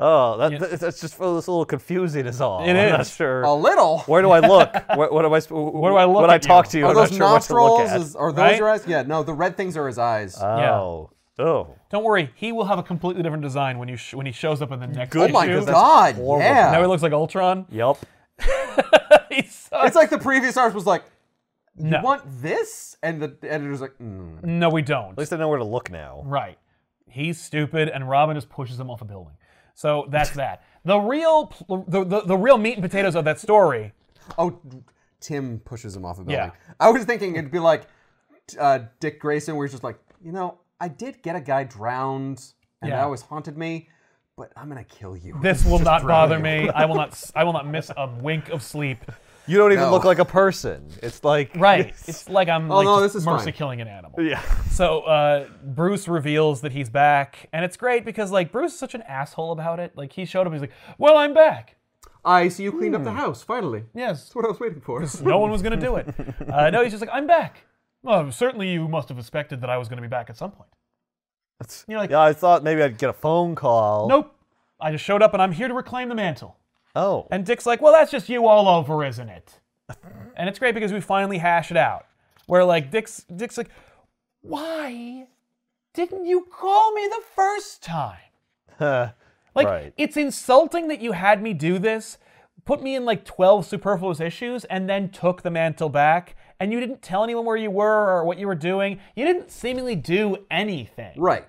Oh, that, that- that's just a little confusing, is all.
It
I'm not
is.
sure.
A little.
Where do I look? Where, what am I? Where
do I look
When I
at you?
talk to you,
Are
I'm
those
not sure what to look
nostrils?
at.
Is, are those
right?
your eyes? Yeah, no, the red things are his eyes.
Yeah.
oh, oh,
Don't worry, he will have a completely different design when you sh- when he shows up in the next
Good,
oh my
issue.
because that's
god,
horrible.
Now he
yeah.
looks like Ultron.
yep.
he sucks.
It's like the previous artist was like, you
No.
want this? And the editor's like, mm.
No, we don't.
At least I know where to look now.
Right. He's stupid, and Robin just pushes him off a building. So that's that. The real, pl- the, the, the real meat and potatoes of that story.
oh, Tim pushes him off a building.
Yeah.
I was thinking it'd be like uh, Dick Grayson, where he's just like, you know, I did get a guy drowned, and
Yeah.
that always haunted me, but I'm gonna kill you.
This will not bother me. I will not. s- I will not miss a wink of sleep.
You don't even
No.
look like a person. It's like
Right. It's like I'm like
Oh, no,
just
this is
mercy
fine.
killing an animal.
Yeah.
So uh, Bruce reveals that he's back, and it's great because like Bruce is such an asshole about it. Like he showed up, he's like, "Well, I'm back."
I see you cleaned
Hmm.
up the house finally. That's
Yes.
what I was waiting for.
No one was going to do it. Uh, no, he's just like, I'm back. Well, certainly you must have expected that I was going to be back at some point. You know, like,
Yeah, I thought maybe I'd get a phone call.
nope. I just showed up and I'm here to reclaim the mantle.
Oh.
And Dick's like, well, that's just you all over, isn't it? and it's great because we finally hash it out. Where like Dick's Dick's like, why didn't you call me the first time? Like
Right.
it's insulting that you had me do this, put me in like 12 superfluous issues and then took the mantle back and you didn't tell anyone where you were or what you were doing. You didn't seemingly do anything.
right.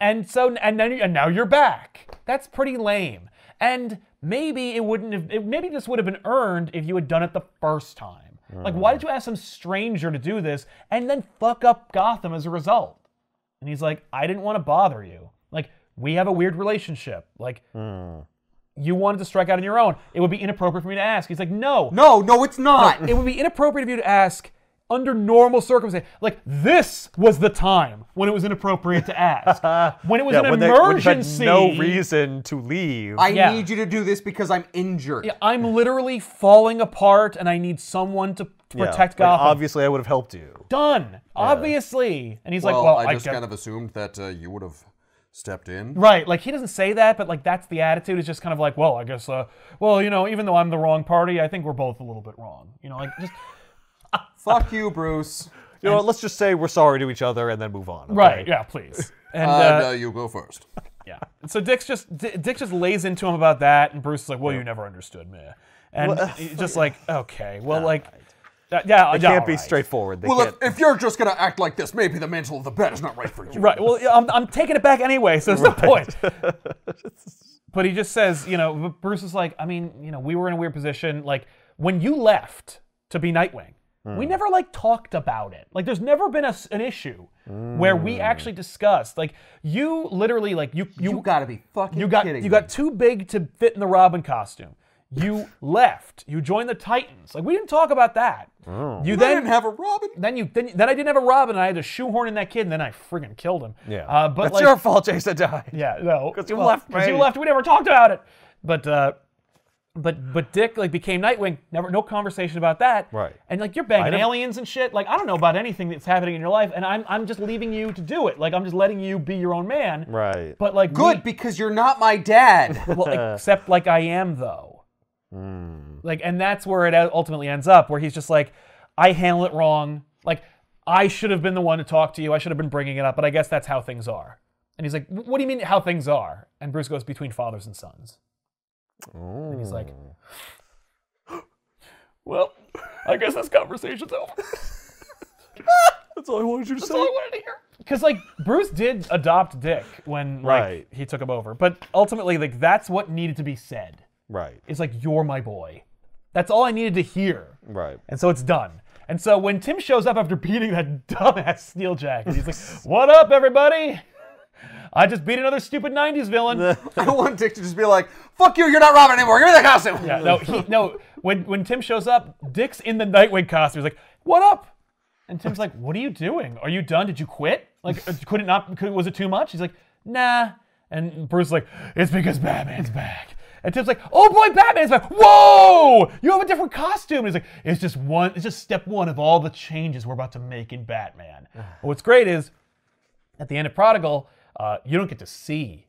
And so and then and now you're back. That's pretty lame. And maybe it wouldn't have it, maybe this would have been earned if you had done it the first time. Like why did you ask some stranger to do this and then fuck up Gotham as a result? And he's like, "I didn't want to bother you. Like we have a weird relationship. Like you wanted to strike out on your own. It would be inappropriate for me to ask." He's like, "No.
No, no, it's not.
It would be inappropriate of you to ask under normal circumstances. Like this was the time when it was inappropriate to ask. when it was
yeah,
an
when they- when you had
emergency.
no reason to leave.
I
Yeah.
need you to do this because I'm injured.
I'm literally falling apart and I need someone to
Yeah,
protect
like,
Gotham.
obviously, I would have helped you.
Done. Obviously. And he's
Well,
like, well,
I just
get-
kind of assumed that uh, you would have stepped in.
Right, like he doesn't say that, but like that's the attitude. It's just kind of like, well, I guess, uh, well, you know, even though I'm the wrong party, I think we're both a little bit wrong. You know, like just
Fuck you, Bruce.
You know, what, let's just say we're sorry to each other and then move on. okay?
right, yeah, please. And
And uh, you go first.
Yeah. So Dick's just D- Dick just lays into him about that, and Bruce is like, "Well, you never understood me," and he's just like, "Okay, well, like, that- yeah,
It can't be straightforward. They
Well, if,
can't.
if you're just gonna act like this, maybe the mantle of the bed is not right for you.
Right. Well, yeah, I'm, I'm taking it back anyway, so there's no point. but he just says, you know, but Bruce is like, I mean, you know, we were in a weird position. Like when you left to be Nightwing, we never like talked about it. Like there's never been a s an issue where we actually discussed. Like you literally, like you you,
You gotta be fucking
You got
kidding
you
me.
got too big to fit in the Robin costume. You left. You joined the Titans. Like we didn't talk about that.
Oh.
You
I
then
didn't have a Robin.
then you then, then I didn't have a Robin and I had to shoehorn in that kid and then I friggin' killed him.
yeah.
Uh, but
That's
like,
your fault, Jason died.
yeah, no, because
you left
Because you
me.
left. We never talked about it. But uh, but but Dick like became Nightwing. Never no conversation about that.
Right.
And like you're banging
never-
aliens and shit. Like I don't know about anything that's happening in your life, and I'm I'm just leaving you to do it. Like I'm just letting you be your own man.
Right.
But like we-
Good, because you're not my dad.
well, except like I am though. Like, and that's where it ultimately ends up, where he's just like, I handle it wrong. Like, I should have been the one to talk to you. I should have been bringing it up, but I guess that's how things are. And he's like, "Wh- What do you mean how things are? And Bruce goes, Between fathers and sons. And he's like, Well, I guess this conversation's over.
That's all I wanted you to
That's all I wanted to hear. Because like Bruce did adopt Dick when like
Right.
he took him over, but ultimately like that's what needed to be said.
Right,
It's like you're my boy. That's all I needed to hear,
right.
and so it's done. And so when Tim shows up after beating that dumbass Steel Jacket, he's like, "What up, everybody? I just beat another stupid '90s villain."
I want Dick to just be like, "Fuck you, you're not Robin anymore. Give me that costume."
Yeah, no, he, no. When when Tim shows up, Dick's in the Nightwing costume. He's like, "What up?" And Tim's like, "What are you doing? Are you done? Did you quit? Like, uh, could it not? Could, was it too much?" He's like, "Nah." And Bruce's like, "It's because Batman's back." And Tim's like, "Oh boy, Batman's back! Whoa! You have a different costume." And he's like, "It's just one. It's just step one of all the changes we're about to make in Batman." But what's great is, at the end of Prodigal, uh, you don't get to see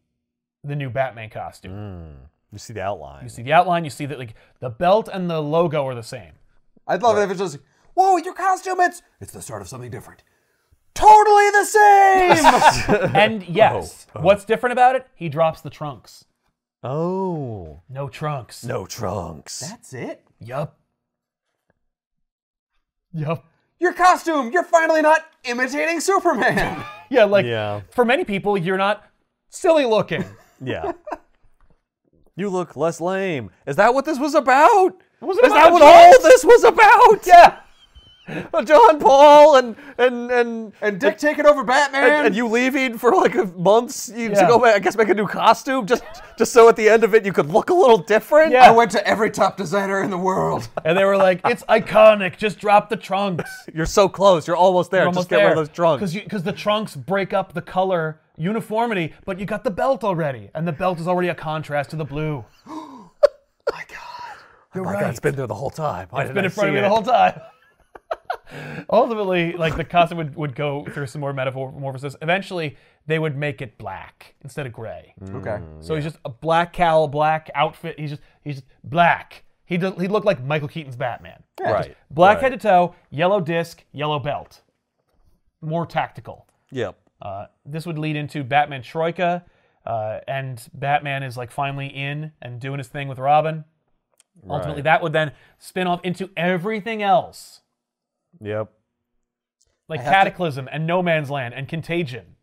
the new Batman costume.
You see the outline.
You see the outline. You see that like the belt and the logo are the same.
I'd love it if it's just, "Whoa, your costume! It's it's the start of something different. Totally the same."
And yes, what's different about it? He drops the trunks.
oh,
No trunks.
no trunks.
That's it.
Yup. Yup.
Your costume. You're finally not imitating Superman.
Yeah, like
Yeah.
for many people, you're not silly looking. It
yeah. You look less lame. Is that what this was about?
wasn't
Is
about
that
the
what
trunks.
all this was about?
Yeah.
John Paul and and and
and Dick taking over Batman.
and, and you leaving for like a months you, to
Yeah.
go back, I guess make a new costume just just so at the end of it you could look a little different.
Yeah.
I went to every top designer in the world.
And they were like, "It's iconic. Just drop the trunks."
You're so close. You're almost there.
You're
just
almost
get
there.
rid of those trunks.
Because the trunks break up the color uniformity, but you got the belt already, and the belt is already a contrast to the blue.
my God.
You're
Oh My
right.
God, it's been there the whole time. Why didn't
been
I
in front of
see
me
it?
the whole time. Ultimately, like the costume would, would go through some more metamorphosis. Eventually, they would make it black instead of gray.
Mm,
Okay.
So he's just a black cowl, black outfit. He's just he's just black. He does, he looked like Michael Keaton's Batman.
Right.
Black
right.
head to toe, yellow disc, yellow belt. More tactical.
Yep.
Uh, this would lead into Batman Troika, uh, and Batman is like finally in and doing his thing with Robin. Ultimately, that would then spin off into everything else,
Yep.
like
have to-
Cataclysm and No Man's Land and Contagion.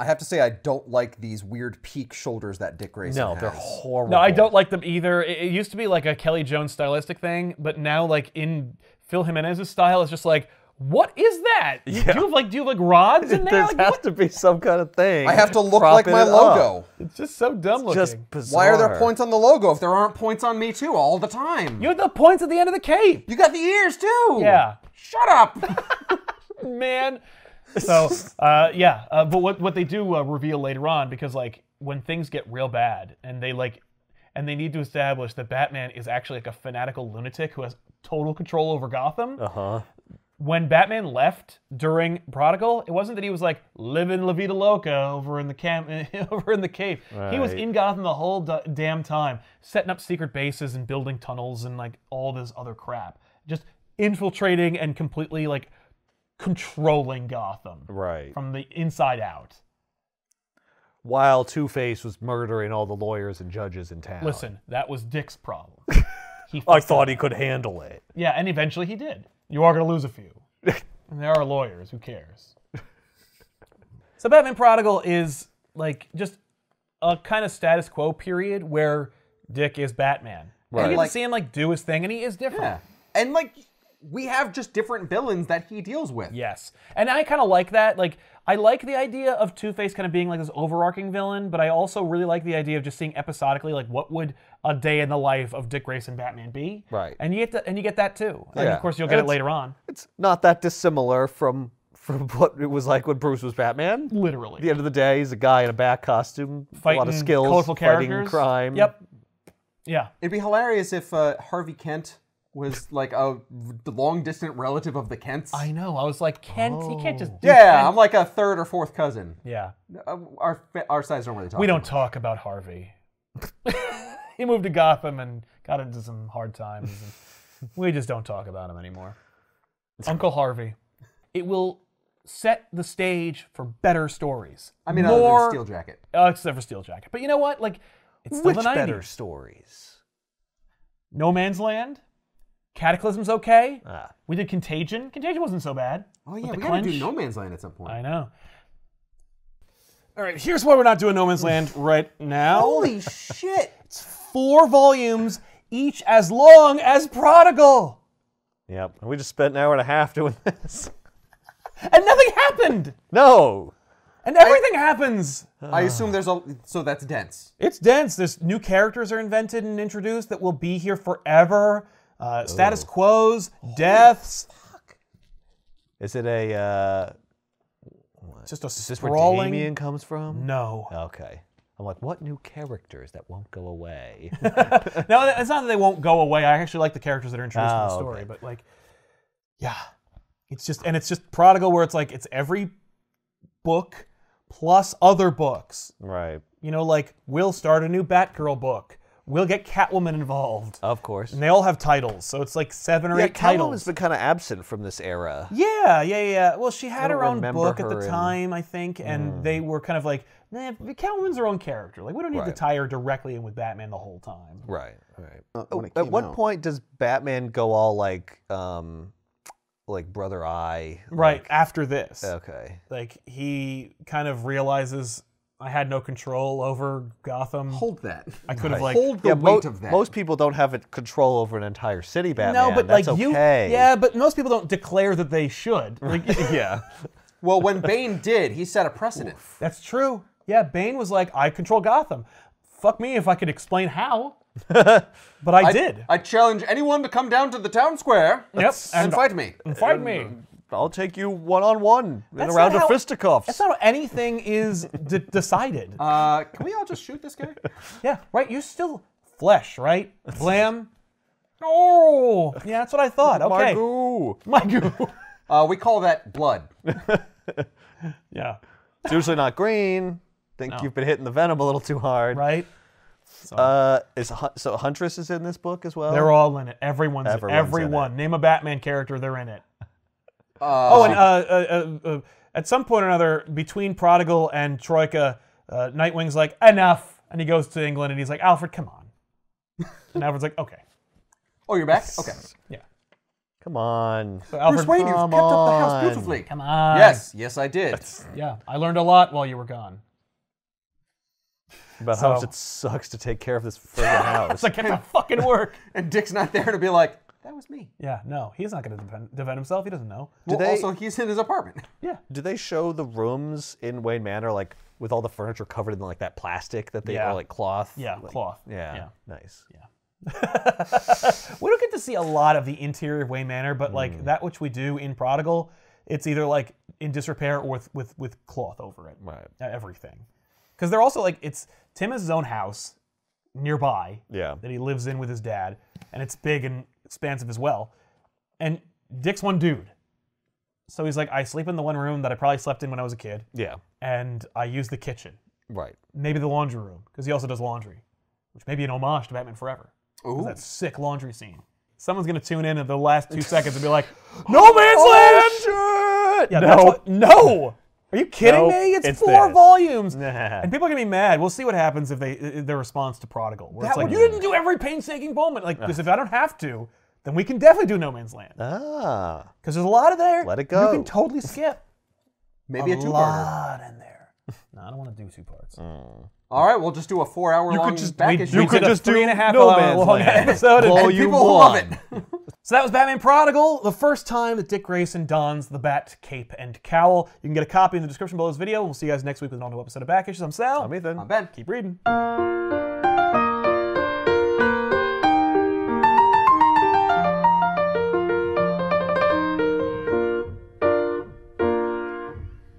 I have to say I don't like these weird peak shoulders that Dick Grayson
No,
has.
they're horrible.
No, I don't like them either. It, it used to be like a Kelly Jones stylistic thing, but now like in Phil Jimenez's style, it's just like, what is that? You, Do you have like do you have like rods in
There
there?
has
Like, what?
to be some kind of thing.
I have to look like
propping
my
it up.
logo.
It's just so dumb looking.
Just bizarre.
Why are there points on the logo if there aren't points on me too all the time?
you have the points at the end of the cape.
You got the ears too.
Yeah.
Shut up.
man. So uh, yeah, uh, but what what they do uh, reveal later on because like when things get real bad and they like and they need to establish that Batman is actually like a fanatical lunatic who has total control over Gotham.
Uh huh.
When Batman left during Prodigal, it wasn't that he was like living La Vida Loca over in the camp over in the cave. He was
Right.
in Gotham the whole d- damn time, setting up secret bases and building tunnels and like all this other crap. Just infiltrating and completely like controlling Gotham
Right.
from the inside out.
While Two Face was murdering all the lawyers and judges in town.
Listen, that was Dick's problem. He
I
fucked
thought
up.
he could handle it.
Yeah, and eventually he did. You are going to lose a few. and there are lawyers. Who cares? so Batman Prodigal is like just a kind of status quo period where Dick is Batman. Right. You get
Like-
to see him like do his thing, and he is different.
yeah. And like we have just different villains that he deals with.
Yes. And I kind of like that. Like, I like the idea of Two Face kind of being like this overarching villain, but I also really like the idea of just seeing episodically, like, what would a day in the life of Dick Grayson Batman be?
Right.
And you get to, and you get that too. And
Yeah.
of course, you'll get
And
it
it's-
later on.
It's not that dissimilar from from what it was like when Bruce was Batman. At
Literally.
the end of the day, he's a guy in a bat costume, a lot of
Mm. Fighting
skills,
colorful
fighting
characters.
crime.
Yep. Yeah.
It'd be hilarious if uh, Harvey Kent was like a long distant relative of the Kents.
I know. I was like, Kent, you can't just do
yeah,
Kent.
I'm like a third or fourth cousin.
yeah.
Uh, Our our sides don't really talk.
We don't talk about Harvey. he moved to Gotham and got into some hard times. and we just don't talk about him anymore. Uncle Harvey. It will set the stage for better stories.
I mean,
more
other than Steel Jacket.
uh, except for Steel Jacket. But you know what? Like, it's still
Which
the 90s.
better stories?
No Man's Land. Cataclysm's okay.
Ah.
We did Contagion. Contagion wasn't so bad.
Oh
With
yeah,
the
we gotta do
clench.
No Man's Land at some point.
I know. All right, here's why we're not doing No Man's Land right now.
Holy shit!
Four volumes, each as long as Prodigal,
Yep. And we just spent an hour and a half doing this.
and nothing happened,
No.
and everything happens.
I assume there's a so that's dense.
It's dense. There's new characters are invented and introduced that will be here forever. Uh, status
Oh.
quos, deaths.
Is it a? Uh,
It's just a
is this where
sprawling. Mm.
Damien comes from?
no,
Okay. I'm like, what new characters that won't go away?
no, it's not that they won't go away. I actually like the characters that are introduced in the
Oh,
story,
okay.
but like, yeah, it's just and it's just prodigal where it's like it's every book plus other books.
right.
You know, like we'll start a new Batgirl book. We'll get Catwoman involved,
Of course.
and they all have titles. So it's like seven or
Yeah,
eight titles.
Catwoman's been kind of absent from this era.
Yeah, yeah, yeah. Well, she had
don't
her own
remember
book at the
her in- Hmm.
time, I think, and they were kind of like, nah, Catwoman's her own character. Like, we don't need to
Right.
tie her directly in with Batman the whole time.
Right. Right.
when it
Oh, at
came
what
out.
point does Batman go all like, um, like Brother Eye?
Right, after this.
Okay.
Like, he kind of realizes I had no control over Gotham.
Hold that.
I could have, like,
Hold the
yeah, mo-
weight of that.
most people don't have a control over an entire city, Batman.
no, but
That's
like you,
okay.
yeah, but most people don't declare that they should. Like,
yeah.
well, when Bane did, he set a precedent.
that's true. Yeah, Bane was like, I control Gotham. Fuck me if I could explain how. but I, did.
I challenge anyone to come down to the town square
yep,
and fight me.
Fight me.
I'll take you one on one in a
That's
round
not
of
how-
fisticuffs.
That's not how anything is d- decided.
Uh, can we all just shoot this guy?
yeah, right. You're still flesh, right? Glam. Oh, yeah. That's what I thought. Okay,
Margot.
my goo.
Uh, we call that blood. Uh,
yeah.
It's usually not green. Think you've been hitting the venom a little too hard.
Right.
Uh, is Hun- so Huntress is in this book as well.
They're all in it. Oh. Everyone's.
Everyone's in
everyone.
it.
Name a Batman character. They're in it.
Uh,
Oh, and uh, uh, uh, uh, at some point or another, between Prodigal and Troika, uh, Nightwing's like enough, and he goes to England and he's like, Alfred, come on. And Alfred's like, okay,
oh, you're back. Okay.
yeah.
Come on.
So
Bruce
Alfred,
Wayne, you've
come
kept up the house
on.
beautifully.
come on.
Yes, yes, I did.
Yeah, I learned a lot while you were gone.
About how much
So-
it sucks to take care of this friggin' house.
It's like, get to fucking work.
And Dick's not there to be like, that was me.
Yeah, no, he's not going to defend, defend himself. He doesn't know.
Do
Well,
they-
also, he's in his apartment.
Yeah.
Do they show the rooms in Wayne Manor like with all the furniture covered in like that plastic that they
Yeah.
are like cloth?
Yeah,
Like-
cloth.
Yeah, Nice.
We don't get to see a lot of the interior of Wayne Manor, but like that which we do in Prodigal, it's either like in disrepair or with with, with cloth over it.
Right.
Uh, Everything. Because they're also like, it's Tim has his own house nearby
Yeah.
that he lives in with his dad, and it's big and expansive as well. And Dick's one dude. So he's like, I sleep in the one room that I probably slept in when I was a kid,
Yeah.
and I use the kitchen.
Right.
maybe the laundry room because he also does laundry, which may be an homage to Batman Forever. 'Cause
Ooh.
That sick laundry scene. Someone's gonna tune in at the last two seconds and be like, "No man's land."
shit!
Yeah,
no.
that's what- no. Are you kidding
Nope,
me? It's,
it's
four
this.
volumes,
Nah.
and people are gonna be mad. We'll see what happens if they i- i- their response to Prodigal. Where it's
That
like,
would-
you didn't do every painstaking moment. Like, because if I don't have to, then we can definitely do No Man's Land
Ah.
because there's a lot of there.
Let it
You
go.
can totally skip
Maybe a,
a
two-parter.
lot in there. No, I don't want to do two parts.
All right, we'll just do a four-hour-long back
we,
issue.
we
You could
did a
just do
three and a half
No
hour
Man's
long
Land.
episode. and-
Well,
and
you
people love it.
won.
So that was Batman Prodigal, the first time that Dick Grayson dons the bat cape and cowl. You can get a copy in the description below this video. We'll see you guys next week with an all new episode of Back Issues. I'm Sal.
I'm Ethan.
Ben,
Keep reading.